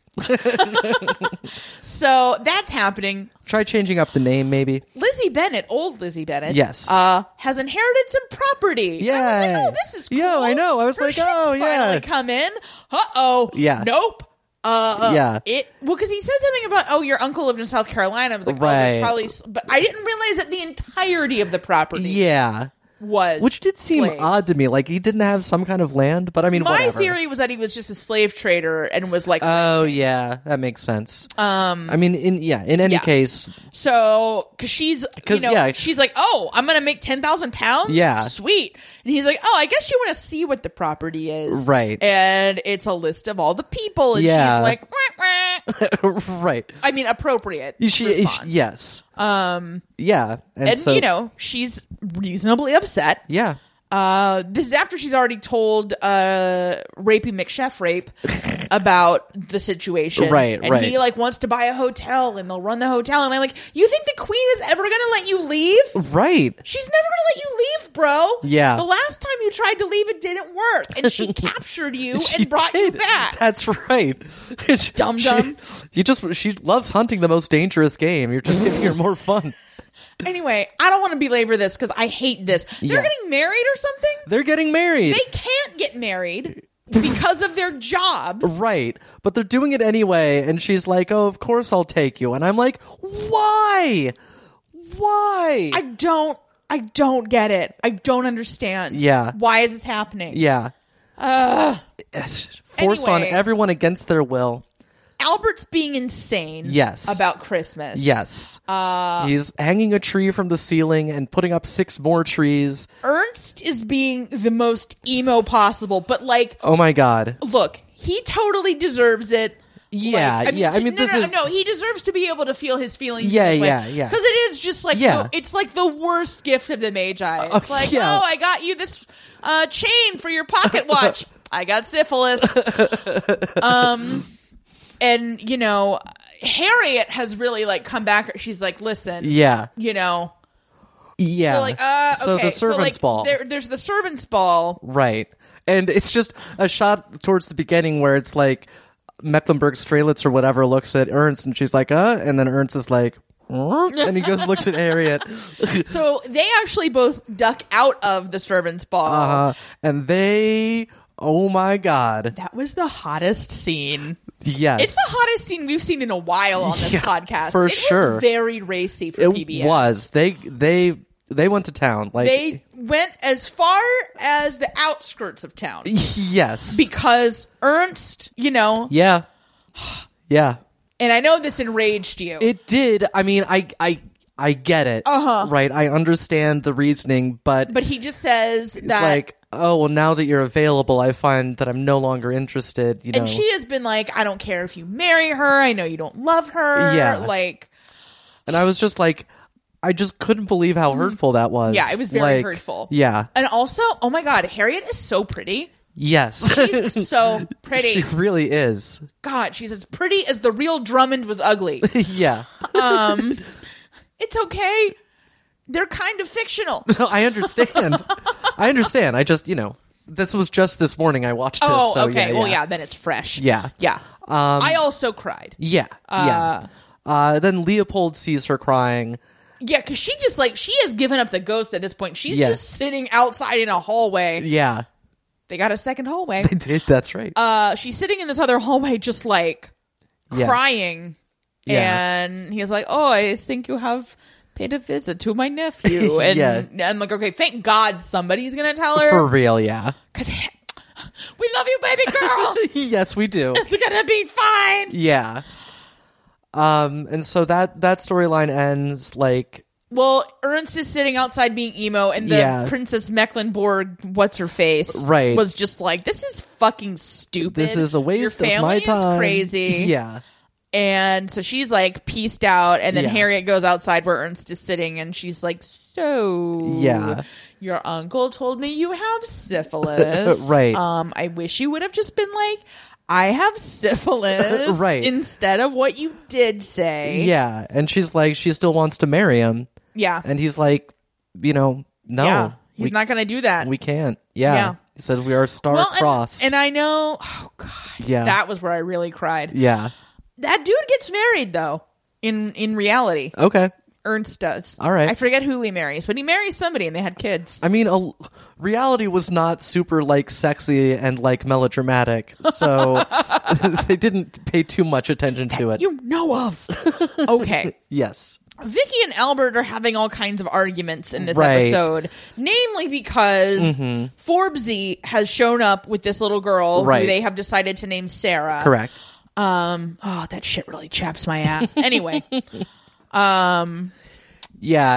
[SPEAKER 1] so that's happening.
[SPEAKER 2] Try changing up the name, maybe.
[SPEAKER 1] Lizzie Bennett, old Lizzie Bennett,
[SPEAKER 2] Yes.
[SPEAKER 1] uh, has inherited some property. I was
[SPEAKER 2] Yay.
[SPEAKER 1] like, oh, this is cool.
[SPEAKER 2] Yeah, I know. I was
[SPEAKER 1] Her
[SPEAKER 2] like,
[SPEAKER 1] ship's
[SPEAKER 2] oh, yeah.
[SPEAKER 1] finally come in. Uh oh,
[SPEAKER 2] Yeah.
[SPEAKER 1] nope. Uh,
[SPEAKER 2] Yeah.
[SPEAKER 1] It well because he said something about oh your uncle lived in South Carolina. I was like, oh,
[SPEAKER 2] Right.
[SPEAKER 1] there's probably, s- but I didn't realize that the entirety of the property
[SPEAKER 2] Yeah.
[SPEAKER 1] was
[SPEAKER 2] Which did seem
[SPEAKER 1] slaves.
[SPEAKER 2] odd to me. Like he didn't have some kind of land, but I mean,
[SPEAKER 1] My
[SPEAKER 2] whatever.
[SPEAKER 1] theory was that he was just a slave trader and was like,
[SPEAKER 2] Oh yeah, that makes sense. Um, I mean, in yeah, in any
[SPEAKER 1] yeah.
[SPEAKER 2] case,
[SPEAKER 1] so because she's,
[SPEAKER 2] 'Cause,
[SPEAKER 1] you know,
[SPEAKER 2] yeah.
[SPEAKER 1] she's like, oh, I'm gonna make ten thousand pounds,
[SPEAKER 2] Yeah.
[SPEAKER 1] sweet. And he's like, oh, I guess you want to see what the property is,
[SPEAKER 2] Right.
[SPEAKER 1] And it's a list of all the people, and
[SPEAKER 2] Yeah.
[SPEAKER 1] she's like, wah, wah.
[SPEAKER 2] right?
[SPEAKER 1] I mean, appropriate.
[SPEAKER 2] She- she-
[SPEAKER 1] response.
[SPEAKER 2] yes. Um, yeah, and,
[SPEAKER 1] and
[SPEAKER 2] so,
[SPEAKER 1] you know, she's reasonably upset.
[SPEAKER 2] yeah,
[SPEAKER 1] Uh, this is after she's already told uh, Rapey McChef Rape about the situation,
[SPEAKER 2] Right,
[SPEAKER 1] And
[SPEAKER 2] right.
[SPEAKER 1] he like wants to buy a hotel, and they'll run the hotel. And I'm like, you think the Queen is ever gonna let you leave?
[SPEAKER 2] right.
[SPEAKER 1] She's never gonna let you leave, bro.
[SPEAKER 2] Yeah.
[SPEAKER 1] The last time you tried to leave, it didn't work, and she captured you
[SPEAKER 2] She
[SPEAKER 1] and brought
[SPEAKER 2] did.
[SPEAKER 1] you back.
[SPEAKER 2] That's right. She-
[SPEAKER 1] Dum
[SPEAKER 2] she-
[SPEAKER 1] dum.
[SPEAKER 2] You just she loves hunting the most dangerous game. You're just giving her more fun.
[SPEAKER 1] anyway, I don't want to belabor this because I hate this. They're
[SPEAKER 2] Yeah.
[SPEAKER 1] getting married or something.
[SPEAKER 2] They're getting married.
[SPEAKER 1] They can't get married because of their jobs.
[SPEAKER 2] Right, but they're doing it anyway, and she's like, "Oh, of course I'll take you," and I'm like, "Why? Why?
[SPEAKER 1] I don't. I don't get it. I don't understand.
[SPEAKER 2] Yeah.
[SPEAKER 1] Why is this happening?
[SPEAKER 2] yeah. It's forced
[SPEAKER 1] Anyway.
[SPEAKER 2] on everyone against their will.
[SPEAKER 1] Albert's being insane.
[SPEAKER 2] Yes.
[SPEAKER 1] About Christmas.
[SPEAKER 2] Yes. Uh, He's hanging a tree from the ceiling and putting up six more trees.
[SPEAKER 1] Ernst is being the most emo possible, but like,
[SPEAKER 2] Oh my god.
[SPEAKER 1] look, he totally deserves it.
[SPEAKER 2] Yeah,
[SPEAKER 1] Like,
[SPEAKER 2] yeah. I mean,
[SPEAKER 1] no,
[SPEAKER 2] this
[SPEAKER 1] no,
[SPEAKER 2] is
[SPEAKER 1] no. He deserves to be able to feel his feelings.
[SPEAKER 2] Yeah,
[SPEAKER 1] this way.
[SPEAKER 2] yeah, yeah.
[SPEAKER 1] Because it is just like
[SPEAKER 2] Yeah.
[SPEAKER 1] the- it's like the worst gift of the Magi. It's
[SPEAKER 2] Oh,
[SPEAKER 1] like,
[SPEAKER 2] yeah.
[SPEAKER 1] oh, I got you this uh, chain for your pocket watch. I got syphilis. um, and you know, Harriet has really like come back. She's like, listen,
[SPEAKER 2] Yeah.
[SPEAKER 1] you know,
[SPEAKER 2] Yeah.
[SPEAKER 1] so like, uh,
[SPEAKER 2] so
[SPEAKER 1] okay,
[SPEAKER 2] the servants
[SPEAKER 1] like,
[SPEAKER 2] ball.
[SPEAKER 1] There, there's the servants ball.
[SPEAKER 2] Right. And it's just a shot towards the beginning where it's like Mecklenburg Strelitz or whatever looks at Ernst and she's like, uh, and then Ernst is like, "Huh?" and he goes and looks at Harriet.
[SPEAKER 1] So they actually both duck out of the servants ball.
[SPEAKER 2] Uh, and they, oh my God.
[SPEAKER 1] That was the hottest scene.
[SPEAKER 2] Yes.
[SPEAKER 1] It's the hottest scene we've seen in a while on this
[SPEAKER 2] Yeah,
[SPEAKER 1] podcast.
[SPEAKER 2] for
[SPEAKER 1] It was
[SPEAKER 2] sure.
[SPEAKER 1] very racy for
[SPEAKER 2] it
[SPEAKER 1] PBS.
[SPEAKER 2] was. They, they, they went to town. Like,
[SPEAKER 1] They went as far as the outskirts of town
[SPEAKER 2] yes.
[SPEAKER 1] because Ernst, you know,
[SPEAKER 2] yeah. Yeah.
[SPEAKER 1] and I know this enraged you.
[SPEAKER 2] It did. I mean, I, I, I get it.
[SPEAKER 1] Uh-huh.
[SPEAKER 2] Right. I understand the reasoning, but
[SPEAKER 1] but he just says
[SPEAKER 2] It's
[SPEAKER 1] that
[SPEAKER 2] like, oh well, now that you're available, I find that I'm no longer interested. You know,
[SPEAKER 1] and she has been like, I don't care if you marry her. I know you don't love her.
[SPEAKER 2] Yeah.
[SPEAKER 1] Like,
[SPEAKER 2] And I was just like, I just couldn't believe how hurtful that was.
[SPEAKER 1] Mm-hmm. yeah, it was very
[SPEAKER 2] Like,
[SPEAKER 1] hurtful.
[SPEAKER 2] Yeah.
[SPEAKER 1] And also, oh my God, Harriet is so pretty.
[SPEAKER 2] Yes.
[SPEAKER 1] She's so pretty.
[SPEAKER 2] she really is.
[SPEAKER 1] God, she's as pretty as the real Drummond was ugly.
[SPEAKER 2] yeah.
[SPEAKER 1] It's okay. They're kind of fictional.
[SPEAKER 2] No, I understand. I understand. I just, you know, this was just this morning. I watched this.
[SPEAKER 1] Oh,
[SPEAKER 2] so
[SPEAKER 1] okay.
[SPEAKER 2] Yeah,
[SPEAKER 1] Well,
[SPEAKER 2] yeah.
[SPEAKER 1] yeah, then it's fresh.
[SPEAKER 2] Yeah. Um,
[SPEAKER 1] Yeah. I also cried.
[SPEAKER 2] Yeah. Yeah. Uh, then Leopold sees her crying.
[SPEAKER 1] Yeah, because she just like, she has given up the ghost at this point. She's
[SPEAKER 2] Yes.
[SPEAKER 1] just sitting outside in a hallway.
[SPEAKER 2] Yeah.
[SPEAKER 1] They got a second hallway.
[SPEAKER 2] That's right.
[SPEAKER 1] Uh, she's sitting in this other hallway, just like
[SPEAKER 2] Yeah.
[SPEAKER 1] crying.
[SPEAKER 2] Yeah.
[SPEAKER 1] And he's like, Oh, I think you have paid a visit to my nephew. And
[SPEAKER 2] Yeah.
[SPEAKER 1] I'm like, Okay, thank God somebody's going to tell
[SPEAKER 2] For
[SPEAKER 1] her.
[SPEAKER 2] real. Yeah.
[SPEAKER 1] Because we love you, baby girl.
[SPEAKER 2] yes, we do.
[SPEAKER 1] it's going to be fine.
[SPEAKER 2] Yeah. Um, and so that that storyline ends like
[SPEAKER 1] Well, Ernst is sitting outside being emo, and the
[SPEAKER 2] Yeah.
[SPEAKER 1] Princess Mecklenburg, what's her face,
[SPEAKER 2] Right.
[SPEAKER 1] was just like, "This is fucking stupid.
[SPEAKER 2] this is a waste
[SPEAKER 1] Your
[SPEAKER 2] of my
[SPEAKER 1] family
[SPEAKER 2] time.
[SPEAKER 1] Is crazy,
[SPEAKER 2] Yeah.
[SPEAKER 1] And so she's like pieced out, and then
[SPEAKER 2] Yeah.
[SPEAKER 1] Harriet goes outside where Ernst is sitting, and she's like, "So,
[SPEAKER 2] Yeah.
[SPEAKER 1] your uncle told me you have syphilis,
[SPEAKER 2] Right.
[SPEAKER 1] Um, I wish you would have just been like." I have syphilis,
[SPEAKER 2] Right.
[SPEAKER 1] Instead of what you did say,
[SPEAKER 2] Yeah. And she's like, she still wants to marry him,
[SPEAKER 1] yeah,
[SPEAKER 2] and he's like, you know, no,
[SPEAKER 1] yeah. He's
[SPEAKER 2] we,
[SPEAKER 1] not going to do that.
[SPEAKER 2] we can't. Yeah.
[SPEAKER 1] Yeah.
[SPEAKER 2] He said we are star
[SPEAKER 1] Well, and-
[SPEAKER 2] crossed.
[SPEAKER 1] And, I know, oh god,
[SPEAKER 2] Yeah.
[SPEAKER 1] that was where I really cried.
[SPEAKER 2] yeah.
[SPEAKER 1] That dude gets married though. In in reality,
[SPEAKER 2] Okay.
[SPEAKER 1] Ernst does.
[SPEAKER 2] All right.
[SPEAKER 1] I forget who he marries, but he marries somebody, and they had kids.
[SPEAKER 2] I mean, a, reality was not super like sexy and like melodramatic, so they didn't pay too much attention to it.
[SPEAKER 1] you know of. okay.
[SPEAKER 2] yes.
[SPEAKER 1] Vicky and Albert are having all kinds of arguments in this
[SPEAKER 2] Right. Mm-hmm.
[SPEAKER 1] episode, namely because Forbesy has shown up with this little girl who
[SPEAKER 2] Right.
[SPEAKER 1] they have decided to name Sarah.
[SPEAKER 2] Correct.
[SPEAKER 1] Um, oh, that shit really chaps my ass. Anyway,
[SPEAKER 2] Yeah. and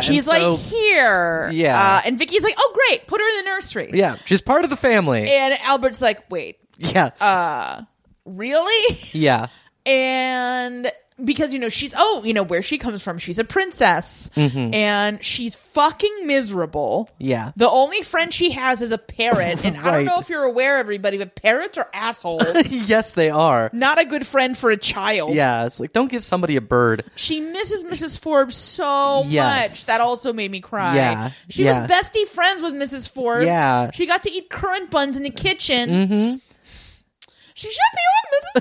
[SPEAKER 1] he's
[SPEAKER 2] so-
[SPEAKER 1] like here,
[SPEAKER 2] Yeah.
[SPEAKER 1] uh, and Vicky's like, oh great, put her in the nursery.
[SPEAKER 2] Yeah, she's part of the family.
[SPEAKER 1] And Albert's like, wait,
[SPEAKER 2] yeah,
[SPEAKER 1] really?
[SPEAKER 2] yeah,
[SPEAKER 1] And because, you know, she's, oh, you know, where she comes from, she's a princess. And she's fucking miserable.
[SPEAKER 2] Mm-hmm. yeah.
[SPEAKER 1] The only friend she has is a parrot. And I don't
[SPEAKER 2] Right.
[SPEAKER 1] know if you're aware, everybody, but parrots are assholes.
[SPEAKER 2] yes, they are.
[SPEAKER 1] Not a good friend for a child.
[SPEAKER 2] Yeah, it's like don't give somebody a bird.
[SPEAKER 1] She misses Mrs. Forbes so
[SPEAKER 2] Yes.
[SPEAKER 1] much. That also made me cry.
[SPEAKER 2] Yeah,
[SPEAKER 1] She
[SPEAKER 2] yeah.
[SPEAKER 1] was bestie friends with Mrs. Forbes.
[SPEAKER 2] Yeah. Mm-hmm.
[SPEAKER 1] She got to eat currant buns in the kitchen. She should be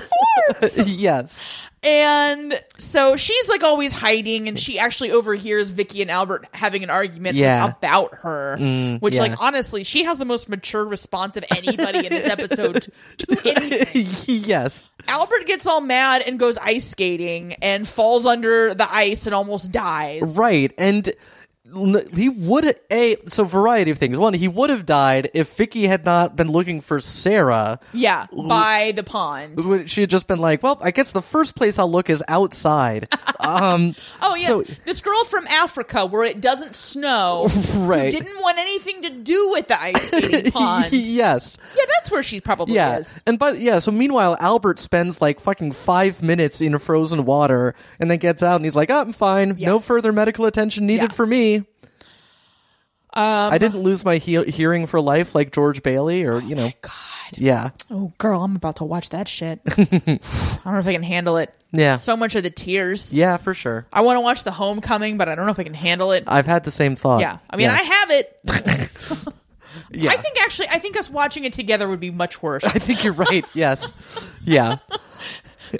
[SPEAKER 1] Forbes.
[SPEAKER 2] yes.
[SPEAKER 1] And so she's like always hiding, and she actually overhears Vicky and Albert having an argument
[SPEAKER 2] Yeah. Mm,
[SPEAKER 1] about her. which,
[SPEAKER 2] yeah.
[SPEAKER 1] like, honestly, she has the most mature response of anybody in this episode to, to anything.
[SPEAKER 2] yes.
[SPEAKER 1] Albert gets all mad and goes ice skating and falls under the ice and almost dies.
[SPEAKER 2] Right. And l- he would a so variety of things. One, he would have died if Vicky had not been looking for Sarah.
[SPEAKER 1] Yeah, by the pond.
[SPEAKER 2] When She had just been like, "Well, I guess the first place I'll look is outside." Um,
[SPEAKER 1] Oh yes,
[SPEAKER 2] so-
[SPEAKER 1] this girl from Africa where it doesn't snow,
[SPEAKER 2] Right.
[SPEAKER 1] who didn't want anything to do with the ice skating pond. yeah,
[SPEAKER 2] yes.
[SPEAKER 1] that's where she probably
[SPEAKER 2] Yeah.
[SPEAKER 1] is.
[SPEAKER 2] And but yeah, so meanwhile Albert spends like fucking 5 minutes in frozen water and then gets out and he's like, oh, "I'm fine. No
[SPEAKER 1] Yeah.
[SPEAKER 2] further medical attention needed
[SPEAKER 1] Yeah. Um,
[SPEAKER 2] for me." Um, I didn't lose my he- hearing for life like George Bailey
[SPEAKER 1] Oh,
[SPEAKER 2] or, you know.
[SPEAKER 1] God.
[SPEAKER 2] Yeah.
[SPEAKER 1] Oh, girl, I'm about to watch that shit. I don't know if I can handle it.
[SPEAKER 2] Yeah.
[SPEAKER 1] So much of the tears.
[SPEAKER 2] Yeah, for sure.
[SPEAKER 1] I want to watch The Homecoming, but I don't know if I can handle it.
[SPEAKER 2] I've had the same thought.
[SPEAKER 1] yeah. I mean, I have it.
[SPEAKER 2] yeah.
[SPEAKER 1] I think actually, I think us watching it together would be much worse.
[SPEAKER 2] I think you're right. Yes. Yeah.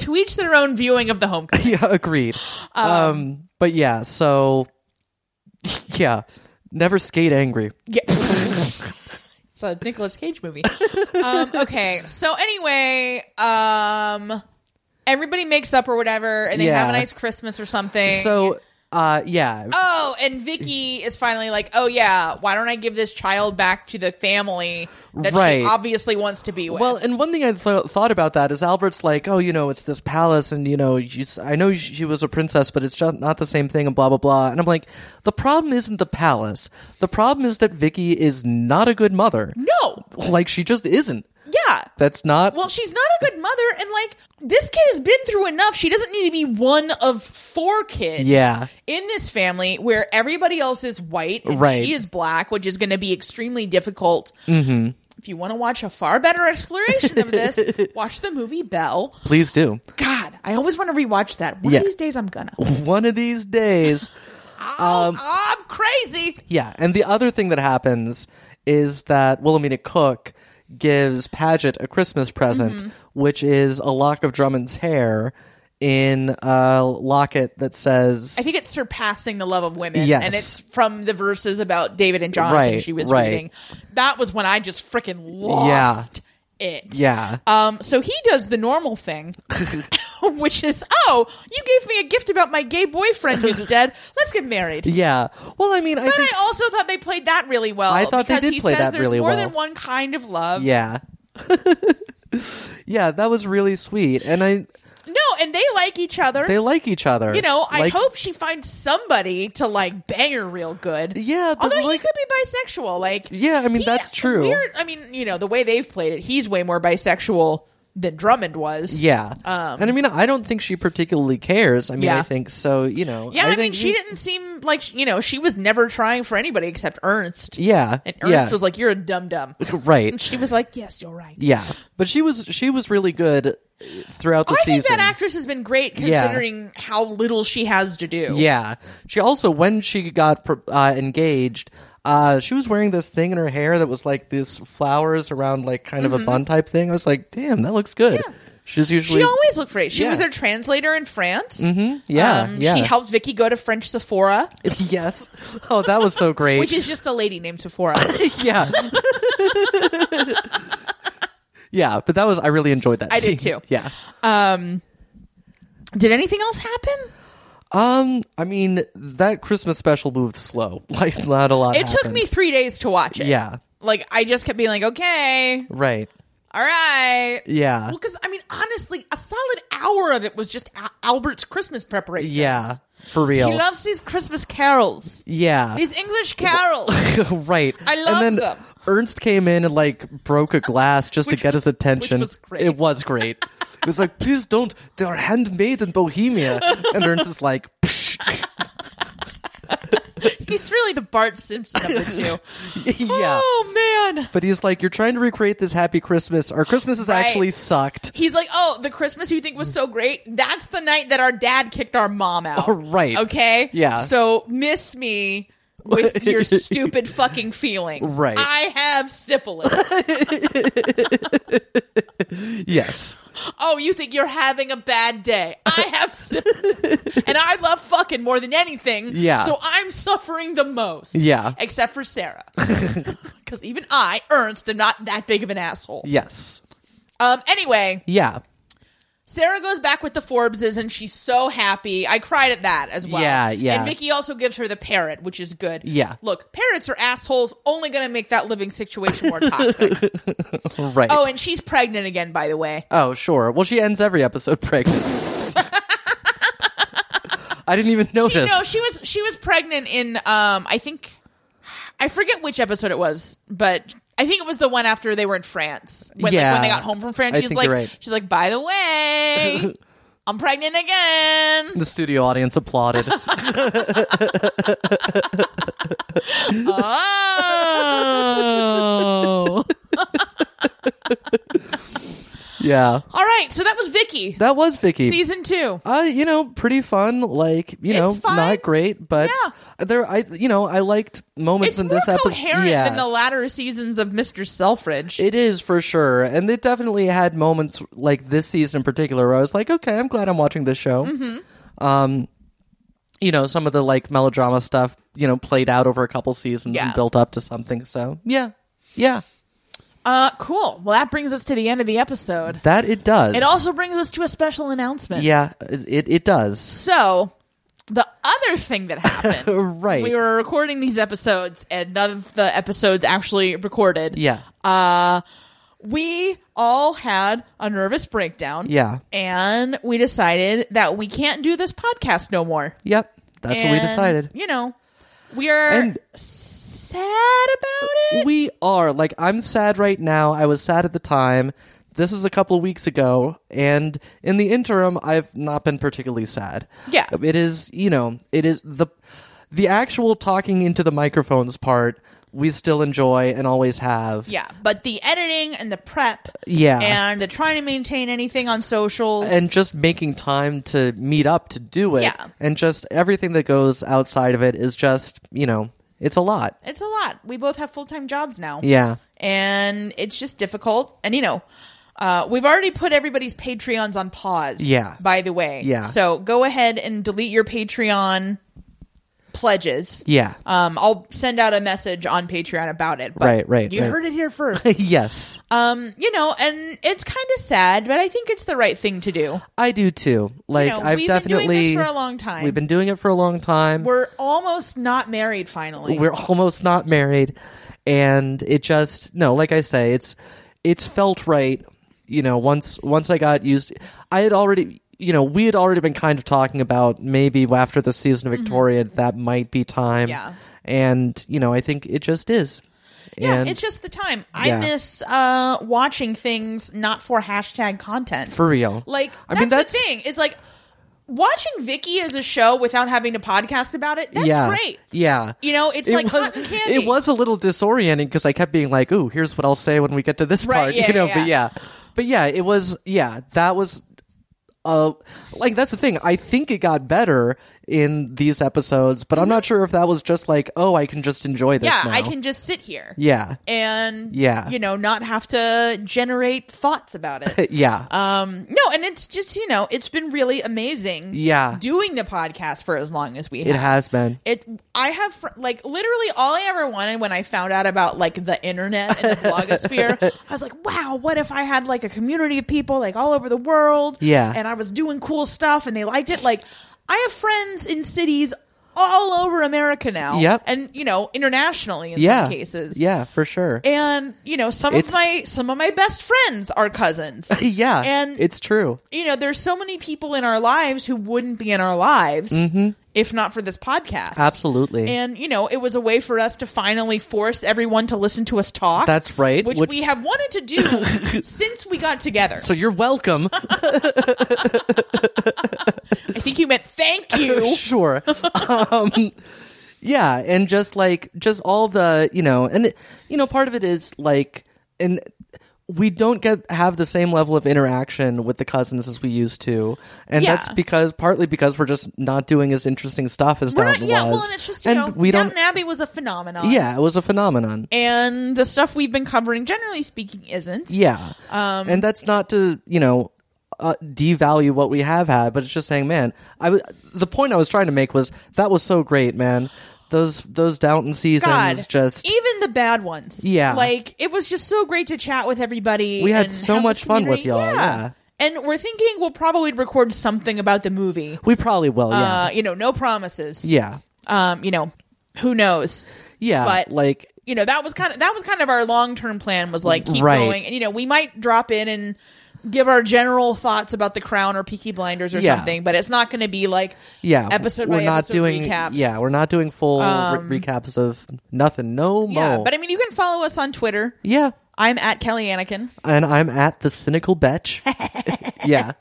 [SPEAKER 1] to each their own viewing of The Homecoming.
[SPEAKER 2] Yeah, agreed. Um, but yeah, so yeah, never skate angry.
[SPEAKER 1] Yeah. it's a Nicolas Cage movie. um, okay, so anyway, um, everybody makes up or whatever, and they have
[SPEAKER 2] Yeah.
[SPEAKER 1] a nice Christmas or something.
[SPEAKER 2] So uh yeah.
[SPEAKER 1] Oh, and Vicky is finally like, "Oh yeah, why don't I give this child back to the family that
[SPEAKER 2] Right.
[SPEAKER 1] she obviously wants to be with?"
[SPEAKER 2] Well, and one thing I th- thought about that is Albert's like, oh, you know, it's this palace, and you know, you, s- I know she was a princess, but it's just not the same thing, and blah blah blah. And I'm like, the problem isn't the palace. The problem is that Vicky is not a good mother.
[SPEAKER 1] no,
[SPEAKER 2] Like she just isn't.
[SPEAKER 1] yeah.
[SPEAKER 2] That's not.
[SPEAKER 1] Well, she's not a good mother, and like this kid has been through enough. She doesn't need to be one of four kids
[SPEAKER 2] Yeah.
[SPEAKER 1] in this family where everybody else is white and
[SPEAKER 2] Right. Mm-hmm.
[SPEAKER 1] she is black, which is going to be extremely difficult. If you want to watch a far better exploration of this, watch the movie Belle.
[SPEAKER 2] please do.
[SPEAKER 1] God, I always want to rewatch that. One
[SPEAKER 2] Yeah.
[SPEAKER 1] of these days, I'm gonna.
[SPEAKER 2] One of these days. Um,
[SPEAKER 1] Oh, I'm crazy.
[SPEAKER 2] Yeah, and the other thing that happens is that Wilhelmina Cook gives Paget a Christmas present,
[SPEAKER 1] Mm-hmm.
[SPEAKER 2] which is a lock of Drummond's hair in a locket that says
[SPEAKER 1] I think it's surpassing the love of women.
[SPEAKER 2] Yes.
[SPEAKER 1] And it's from the verses about David and Jonathan
[SPEAKER 2] Right,
[SPEAKER 1] she was
[SPEAKER 2] right.
[SPEAKER 1] reading. That was when I just freaking lost it.
[SPEAKER 2] Yeah.
[SPEAKER 1] Um, so he does the normal thing, which is, oh, you gave me a gift about my gay boyfriend who's dead. Let's get married.
[SPEAKER 2] Yeah. Well, I mean, I
[SPEAKER 1] But
[SPEAKER 2] think
[SPEAKER 1] I also thought they played that really well.
[SPEAKER 2] I thought they
[SPEAKER 1] because
[SPEAKER 2] did
[SPEAKER 1] he
[SPEAKER 2] play
[SPEAKER 1] says
[SPEAKER 2] that
[SPEAKER 1] there's
[SPEAKER 2] really
[SPEAKER 1] more
[SPEAKER 2] well.
[SPEAKER 1] than one kind of love.
[SPEAKER 2] yeah. yeah, that was really sweet. And I
[SPEAKER 1] No, and they like each other.
[SPEAKER 2] they like each other.
[SPEAKER 1] you know, I
[SPEAKER 2] Like-
[SPEAKER 1] hope she finds somebody to like bang her real good.
[SPEAKER 2] Yeah, but,
[SPEAKER 1] although
[SPEAKER 2] like-
[SPEAKER 1] he could be bisexual. Like,
[SPEAKER 2] Yeah, I mean,
[SPEAKER 1] he-
[SPEAKER 2] that's true.
[SPEAKER 1] weird- I mean, you know, the way they've played it, he's way more bisexual than Drummond was.
[SPEAKER 2] Yeah.
[SPEAKER 1] Um,
[SPEAKER 2] and I mean, I don't think she particularly cares. I mean,
[SPEAKER 1] Yeah.
[SPEAKER 2] I think so, you know.
[SPEAKER 1] yeah. I, mean,
[SPEAKER 2] think
[SPEAKER 1] she didn't seem like sh- you know she was never trying for anybody except Ernst.
[SPEAKER 2] Yeah.
[SPEAKER 1] and Ernst
[SPEAKER 2] yeah.
[SPEAKER 1] was like, "You're a dum dum,"
[SPEAKER 2] right.
[SPEAKER 1] and she was like, "Yes, you're right."
[SPEAKER 2] Yeah, but she was she was really good uh, throughout the
[SPEAKER 1] I
[SPEAKER 2] season.
[SPEAKER 1] think that actress has been great
[SPEAKER 2] Yeah.
[SPEAKER 1] considering how little she has to do.
[SPEAKER 2] yeah, she also when she got pro- uh, engaged, uh, she was wearing this thing in her hair that was like these flowers around like kind of a bun type thing. I was like, damn, that looks good. She's usually
[SPEAKER 1] Mm-hmm. She always looked great. She
[SPEAKER 2] Yeah. Mm-hmm.
[SPEAKER 1] was their translator in France. Um,
[SPEAKER 2] yeah yeah
[SPEAKER 1] She helped Vicky go to French Sephora,
[SPEAKER 2] yes. Oh, that was so great.
[SPEAKER 1] which is just a lady named Sephora.
[SPEAKER 2] yeah. Yeah, but that was I really enjoyed that.
[SPEAKER 1] I did too.
[SPEAKER 2] scene. Yeah,
[SPEAKER 1] Did anything else happen?
[SPEAKER 2] um, I mean that Christmas special moved slow. Like not a lot.
[SPEAKER 1] It took me
[SPEAKER 2] happened.
[SPEAKER 1] three days to watch it.
[SPEAKER 2] Yeah.
[SPEAKER 1] Like, I just kept being like, okay,
[SPEAKER 2] right.
[SPEAKER 1] all right.
[SPEAKER 2] Yeah.
[SPEAKER 1] Well, because, I mean, honestly, a solid hour of it was just Al- Albert's Christmas preparations.
[SPEAKER 2] Yeah, for real.
[SPEAKER 1] He loves these Christmas carols,
[SPEAKER 2] yeah,
[SPEAKER 1] these English carols.
[SPEAKER 2] right.
[SPEAKER 1] I love
[SPEAKER 2] and then
[SPEAKER 1] them.
[SPEAKER 2] Ernst came in and like broke a glass just
[SPEAKER 1] Which-
[SPEAKER 2] to get his attention.
[SPEAKER 1] which was great.
[SPEAKER 2] It was great. it was like, please don't. They are handmade in Bohemia, and Ernst is like, Psh.
[SPEAKER 1] He's really the Bart Simpson of the two.
[SPEAKER 2] yeah.
[SPEAKER 1] Oh, man.
[SPEAKER 2] But he's like, you're trying to recreate this happy Christmas. Our Christmas has
[SPEAKER 1] Right.
[SPEAKER 2] actually sucked.
[SPEAKER 1] He's like, oh, the Christmas you think was so great. That's the night that our dad kicked our mom out.
[SPEAKER 2] Oh, right.
[SPEAKER 1] Okay.
[SPEAKER 2] Yeah.
[SPEAKER 1] So miss me with your stupid fucking feelings.
[SPEAKER 2] Right.
[SPEAKER 1] I have syphilis.
[SPEAKER 2] Yes.
[SPEAKER 1] Oh, you think you're having a bad day? I have syphilis, and I love fucking more than anything.
[SPEAKER 2] Yeah.
[SPEAKER 1] So I'm suffering the most.
[SPEAKER 2] Yeah.
[SPEAKER 1] Except for Sarah, because even I, Ernst, am not that big of an asshole.
[SPEAKER 2] Yes.
[SPEAKER 1] Um. Anyway,
[SPEAKER 2] Yeah.
[SPEAKER 1] Sarah goes back with the Forbeses, and she's so happy. I cried at that as well.
[SPEAKER 2] Yeah, yeah.
[SPEAKER 1] And Vicky also gives her the parrot, which is good.
[SPEAKER 2] Yeah.
[SPEAKER 1] Look, parrots are assholes. Only going to make that living situation more toxic.
[SPEAKER 2] Right.
[SPEAKER 1] oh, and she's pregnant again, by the way.
[SPEAKER 2] Oh, sure. Well, she ends every episode pregnant. I didn't even
[SPEAKER 1] She,
[SPEAKER 2] notice.
[SPEAKER 1] no, she was she was pregnant in um I think I forget which episode it was, but I think it was the one after they were in France when like,
[SPEAKER 2] Yeah.
[SPEAKER 1] when they got home from France.
[SPEAKER 2] I
[SPEAKER 1] She's
[SPEAKER 2] think
[SPEAKER 1] like
[SPEAKER 2] you're right.
[SPEAKER 1] she's like by the way, I'm pregnant again.
[SPEAKER 2] the studio audience applauded.
[SPEAKER 1] Oh.
[SPEAKER 2] yeah.
[SPEAKER 1] All right, so that was Vicky.
[SPEAKER 2] That was Vicky.
[SPEAKER 1] season 2.
[SPEAKER 2] uh, you know, pretty fun. Like, you know,
[SPEAKER 1] It's fine.
[SPEAKER 2] not great, but
[SPEAKER 1] Yeah.
[SPEAKER 2] there, I, you know, I liked moments
[SPEAKER 1] It's
[SPEAKER 2] in
[SPEAKER 1] more
[SPEAKER 2] this episode.
[SPEAKER 1] coherent
[SPEAKER 2] Yeah,
[SPEAKER 1] than the latter seasons of Mr. Selfridge.
[SPEAKER 2] it is for sure, and it definitely had moments like this season in particular where I was like, okay, I'm glad I'm watching this show. Um,
[SPEAKER 1] Mm-hmm.
[SPEAKER 2] you know, some of the like melodrama stuff, you know, played out over a couple seasons
[SPEAKER 1] Yeah.
[SPEAKER 2] and built up to something. So yeah, yeah.
[SPEAKER 1] uh cool. Well, that brings us to the end of the episode.
[SPEAKER 2] That it does.
[SPEAKER 1] It also brings us to a special announcement.
[SPEAKER 2] yeah, it it does.
[SPEAKER 1] So, the other thing that happened,
[SPEAKER 2] right.
[SPEAKER 1] we were recording these episodes, and none of the episodes actually recorded.
[SPEAKER 2] yeah.
[SPEAKER 1] We all had a nervous breakdown.
[SPEAKER 2] Yeah.
[SPEAKER 1] And we decided that we can't do this podcast no more.
[SPEAKER 2] yep. That's what we
[SPEAKER 1] And,
[SPEAKER 2] decided.
[SPEAKER 1] You know, we are
[SPEAKER 2] And-
[SPEAKER 1] sad about it.
[SPEAKER 2] We are like I'm sad right now. I was sad at the time. This is a couple of weeks ago, and in the interim, I've not been particularly sad.
[SPEAKER 1] Yeah.
[SPEAKER 2] it is. You know, it is the the actual talking into the microphones part. We still enjoy and always have.
[SPEAKER 1] yeah. But the editing and the prep.
[SPEAKER 2] Yeah.
[SPEAKER 1] And the trying to maintain anything on socials.
[SPEAKER 2] and just making time to meet up to do it,
[SPEAKER 1] Yeah.
[SPEAKER 2] and just everything that goes outside of it is just you know it's a lot.
[SPEAKER 1] it's a lot. We both have full time jobs now.
[SPEAKER 2] Yeah,
[SPEAKER 1] and it's just difficult. And you know, uh, we've already put everybody's Patreons on pause.
[SPEAKER 2] Yeah.
[SPEAKER 1] By the way.
[SPEAKER 2] Yeah.
[SPEAKER 1] So go ahead and delete your Patreon pledges.
[SPEAKER 2] yeah,
[SPEAKER 1] Um, I'll send out a message on Patreon about it. But
[SPEAKER 2] Right, right,
[SPEAKER 1] You
[SPEAKER 2] right.
[SPEAKER 1] heard it here first.
[SPEAKER 2] yes.
[SPEAKER 1] um, you know, and it's kind of sad, but I think it's the right thing to do.
[SPEAKER 2] I do too. Like
[SPEAKER 1] know,
[SPEAKER 2] I've
[SPEAKER 1] we've been doing
[SPEAKER 2] definitely
[SPEAKER 1] this for a long time.
[SPEAKER 2] We've been doing it for a long time. We're,
[SPEAKER 1] We're almost not married finally.
[SPEAKER 2] almost not married, and it just no. Like I say, it's it's felt right. You know, once once I got used, I had already. You know, we had already been kind of talking about maybe after the season of Victoria that might be time.
[SPEAKER 1] Mm-hmm. Yeah.
[SPEAKER 2] And you know, I think it just is.
[SPEAKER 1] yeah,
[SPEAKER 2] and
[SPEAKER 1] it's just the time. I
[SPEAKER 2] Yeah.
[SPEAKER 1] miss uh, watching things not for hashtag content.
[SPEAKER 2] for real.
[SPEAKER 1] Like
[SPEAKER 2] I
[SPEAKER 1] that's
[SPEAKER 2] mean, that's
[SPEAKER 1] the thing. Is like watching Vicky as a show without having to podcast about it. That's
[SPEAKER 2] yeah,
[SPEAKER 1] great.
[SPEAKER 2] Yeah.
[SPEAKER 1] You know, it's like cotton candy.
[SPEAKER 2] It was a little disorienting because I kept being like, "Ooh, here's what I'll say when we get to this
[SPEAKER 1] Right,
[SPEAKER 2] part,"
[SPEAKER 1] yeah,
[SPEAKER 2] you know.
[SPEAKER 1] yeah,
[SPEAKER 2] But yeah, but yeah, it was. Yeah, that was. Uh, like that's the thing. I think it got better in these episodes, but I'm not sure if that was just like, "Oh, I can just enjoy this."
[SPEAKER 1] Mm-hmm. Yeah,
[SPEAKER 2] now.
[SPEAKER 1] I can just sit here
[SPEAKER 2] Yeah,
[SPEAKER 1] and
[SPEAKER 2] Yeah.
[SPEAKER 1] you know, not have to generate thoughts about it.
[SPEAKER 2] yeah,
[SPEAKER 1] Um, no, and it's just you know, it's been really amazing.
[SPEAKER 2] Yeah.
[SPEAKER 1] doing the podcast for as long as we
[SPEAKER 2] it
[SPEAKER 1] have.
[SPEAKER 2] has been.
[SPEAKER 1] it i have fr- like literally all i ever wanted when i found out about like the internet and the blogosphere i was like wow what if i had like a community of people like all over the world
[SPEAKER 2] Yeah.
[SPEAKER 1] and i was doing cool stuff and they liked it like i have friends in cities all over america now
[SPEAKER 2] Yep.
[SPEAKER 1] and you know internationally in
[SPEAKER 2] Yeah,
[SPEAKER 1] some cases
[SPEAKER 2] Yeah, for sure.
[SPEAKER 1] and you know some
[SPEAKER 2] It's-
[SPEAKER 1] of my some of my best friends are cousins
[SPEAKER 2] yeah,
[SPEAKER 1] and-
[SPEAKER 2] it's true.
[SPEAKER 1] you know there's so many people in our lives who wouldn't be in our lives if not for this podcast
[SPEAKER 2] Mm-hmm. Absolutely.
[SPEAKER 1] and you know, it was a way for us to finally force everyone to listen to us talk.
[SPEAKER 2] That's right.
[SPEAKER 1] which,
[SPEAKER 2] Which-
[SPEAKER 1] we have wanted to do since we got together.
[SPEAKER 2] so you're welcome.
[SPEAKER 1] I think you meant thank you.
[SPEAKER 2] sure. Um, yeah, and just like just all the you know, and it- you know, part of it is like, and we don't get have the same level of interaction with the cousins as we used to, and
[SPEAKER 1] Yeah.
[SPEAKER 2] that's because partly because we're just not doing as interesting stuff as
[SPEAKER 1] We're not,
[SPEAKER 2] Downton
[SPEAKER 1] yeah,
[SPEAKER 2] was.
[SPEAKER 1] well, and it's just you
[SPEAKER 2] And
[SPEAKER 1] know,
[SPEAKER 2] we
[SPEAKER 1] Downton
[SPEAKER 2] don't.
[SPEAKER 1] Abbey was a phenomenon.
[SPEAKER 2] Yeah, it was a phenomenon.
[SPEAKER 1] and the stuff we've been covering, generally speaking, isn't.
[SPEAKER 2] Yeah. Um, and that's not to, you know, uh, devalue what we have had, but it's just saying, man, I was, the point I was trying to make was that was so great, man. Those those Downton seasons
[SPEAKER 1] God, E
[SPEAKER 2] just
[SPEAKER 1] even the bad ones.
[SPEAKER 2] Yeah.
[SPEAKER 1] like it was just so great to chat with everybody.
[SPEAKER 2] We had
[SPEAKER 1] and
[SPEAKER 2] so
[SPEAKER 1] have this
[SPEAKER 2] much fun with
[SPEAKER 1] community.
[SPEAKER 2] y'all, yeah.
[SPEAKER 1] and we're thinking we'll probably record something about the movie.
[SPEAKER 2] we probably will, yeah.
[SPEAKER 1] Uh, you know, no promises.
[SPEAKER 2] yeah.
[SPEAKER 1] Um, you know, who knows?
[SPEAKER 2] Yeah.
[SPEAKER 1] but-
[SPEAKER 2] like
[SPEAKER 1] You know, that was kind of that was kind of our long term plan was like keep
[SPEAKER 2] Right.
[SPEAKER 1] going, and you know, we might drop in and give our general thoughts about the Crown or Peaky Blinders or
[SPEAKER 2] Yeah.
[SPEAKER 1] something, but it's not going to be like
[SPEAKER 2] yeah,
[SPEAKER 1] episode
[SPEAKER 2] we're
[SPEAKER 1] by
[SPEAKER 2] not
[SPEAKER 1] episode
[SPEAKER 2] doing
[SPEAKER 1] recaps. Um,
[SPEAKER 2] yeah, we're not doing full re- recaps of nothing no
[SPEAKER 1] yeah.
[SPEAKER 2] more.
[SPEAKER 1] But I mean, you can follow us on Twitter.
[SPEAKER 2] yeah,
[SPEAKER 1] I'm at Kelly Anakin.
[SPEAKER 2] and I'm at the cynical betch. yeah,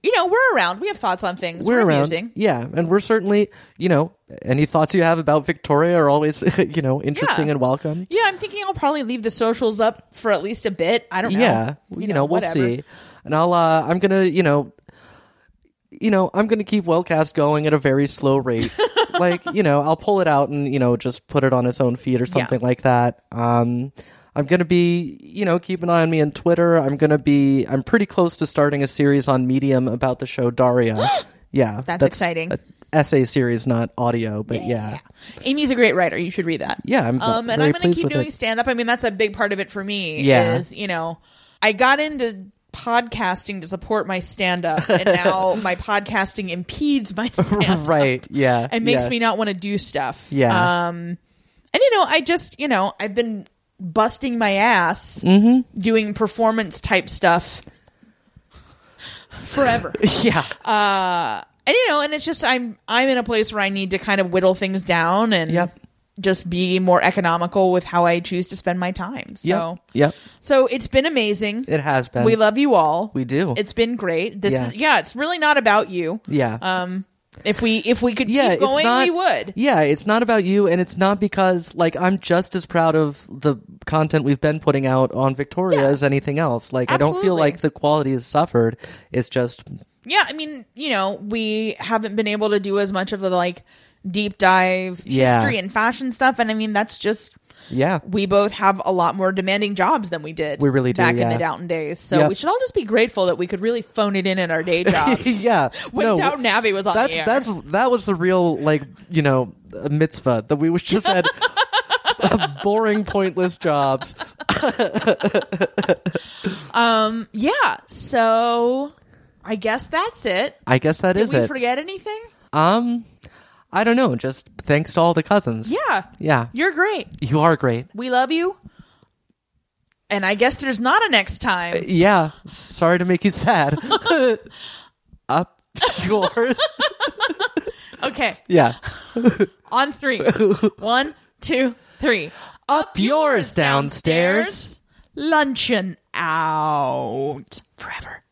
[SPEAKER 1] You know, we're around. We have thoughts on things.
[SPEAKER 2] we're, around.
[SPEAKER 1] amusing.
[SPEAKER 2] Yeah, and we're certainly, you know, any thoughts you have about Victoria are always, you know, interesting
[SPEAKER 1] Yeah.
[SPEAKER 2] and welcome.
[SPEAKER 1] Yeah, I'm thinking I'll probably leave the socials up for at least a bit. I don't know.
[SPEAKER 2] Yeah, you, know, we'll
[SPEAKER 1] whatever.
[SPEAKER 2] see. And I'll, uh, I'm gonna, you know, you know, I'm gonna keep Wellcast going at a very slow rate. like, you know, I'll pull it out and you know just put it on its own feed or something like that. Um. I'm gonna be, you know, keep an eye on me on Twitter. I'm gonna be, I'm pretty close to starting a series on Medium about the show Daria. yeah,
[SPEAKER 1] That's exciting.
[SPEAKER 2] a essay series, not audio, but yeah, yeah,
[SPEAKER 1] Amy's a great writer. You should read that.
[SPEAKER 2] I'm
[SPEAKER 1] Um, and I'm going
[SPEAKER 2] very
[SPEAKER 1] to
[SPEAKER 2] pleased
[SPEAKER 1] keep
[SPEAKER 2] with
[SPEAKER 1] doing
[SPEAKER 2] it.
[SPEAKER 1] stand up. I mean, that's a big part of it for me.
[SPEAKER 2] Yeah.
[SPEAKER 1] Is, you know, I got into podcasting to support my stand up, and now my podcasting impedes my stand up.
[SPEAKER 2] right? Yeah,
[SPEAKER 1] It makes
[SPEAKER 2] yeah.
[SPEAKER 1] me not want to do stuff.
[SPEAKER 2] Yeah.
[SPEAKER 1] Um, and you know, I just you know, I've been busting my ass
[SPEAKER 2] Mm-hmm.
[SPEAKER 1] doing performance type stuff forever.
[SPEAKER 2] yeah,
[SPEAKER 1] and you know, and it's just I'm I'm in a place where I need to kind of whittle things down and
[SPEAKER 2] Yep.
[SPEAKER 1] just be more economical with how I choose to spend my time. So
[SPEAKER 2] yeah, yeah.
[SPEAKER 1] so it's been amazing.
[SPEAKER 2] It has been.
[SPEAKER 1] we love you all.
[SPEAKER 2] We do.
[SPEAKER 1] It's been great. This
[SPEAKER 2] Yeah.
[SPEAKER 1] is yeah, it's really not about you.
[SPEAKER 2] yeah.
[SPEAKER 1] Um if we if we could
[SPEAKER 2] yeah,
[SPEAKER 1] keep going,
[SPEAKER 2] it's not,
[SPEAKER 1] we would.
[SPEAKER 2] Yeah, it's not about you, and it's not because like I'm just as proud of the content we've been putting out on Victoria
[SPEAKER 1] Yeah.
[SPEAKER 2] as anything else. Like I don't feel
[SPEAKER 1] Absolutely.
[SPEAKER 2] like the quality has suffered. It's just
[SPEAKER 1] Yeah, I mean, you know, we haven't been able to do as much of the like deep dive
[SPEAKER 2] Yeah.
[SPEAKER 1] history and fashion stuff, and I mean that's just
[SPEAKER 2] yeah,
[SPEAKER 1] we both have a lot more demanding jobs than we did.
[SPEAKER 2] We really do,
[SPEAKER 1] back in
[SPEAKER 2] yeah.
[SPEAKER 1] the Downton days. So
[SPEAKER 2] Yep.
[SPEAKER 1] we should all just be grateful that we could really phone it in at our day jobs.
[SPEAKER 2] yeah.
[SPEAKER 1] When
[SPEAKER 2] no,
[SPEAKER 1] Downton Abbey was on
[SPEAKER 2] that's
[SPEAKER 1] the air.
[SPEAKER 2] that's that was the real like you know mitzvah that we was just had. boring, pointless jobs.
[SPEAKER 1] yeah. So I guess that's it.
[SPEAKER 2] I guess that
[SPEAKER 1] Did
[SPEAKER 2] is
[SPEAKER 1] we
[SPEAKER 2] it.
[SPEAKER 1] forget anything?
[SPEAKER 2] um, I don't know. Just thanks to all the cousins.
[SPEAKER 1] Yeah.
[SPEAKER 2] yeah.
[SPEAKER 1] You're great.
[SPEAKER 2] You are great.
[SPEAKER 1] We love you. And I guess there's not a next time.
[SPEAKER 2] Yeah. Sorry to make you sad. Up yours. Uh,
[SPEAKER 1] Okay.
[SPEAKER 2] yeah.
[SPEAKER 1] On three. One, two, three.
[SPEAKER 2] Up yours downstairs.
[SPEAKER 1] Luncheon out. Forever.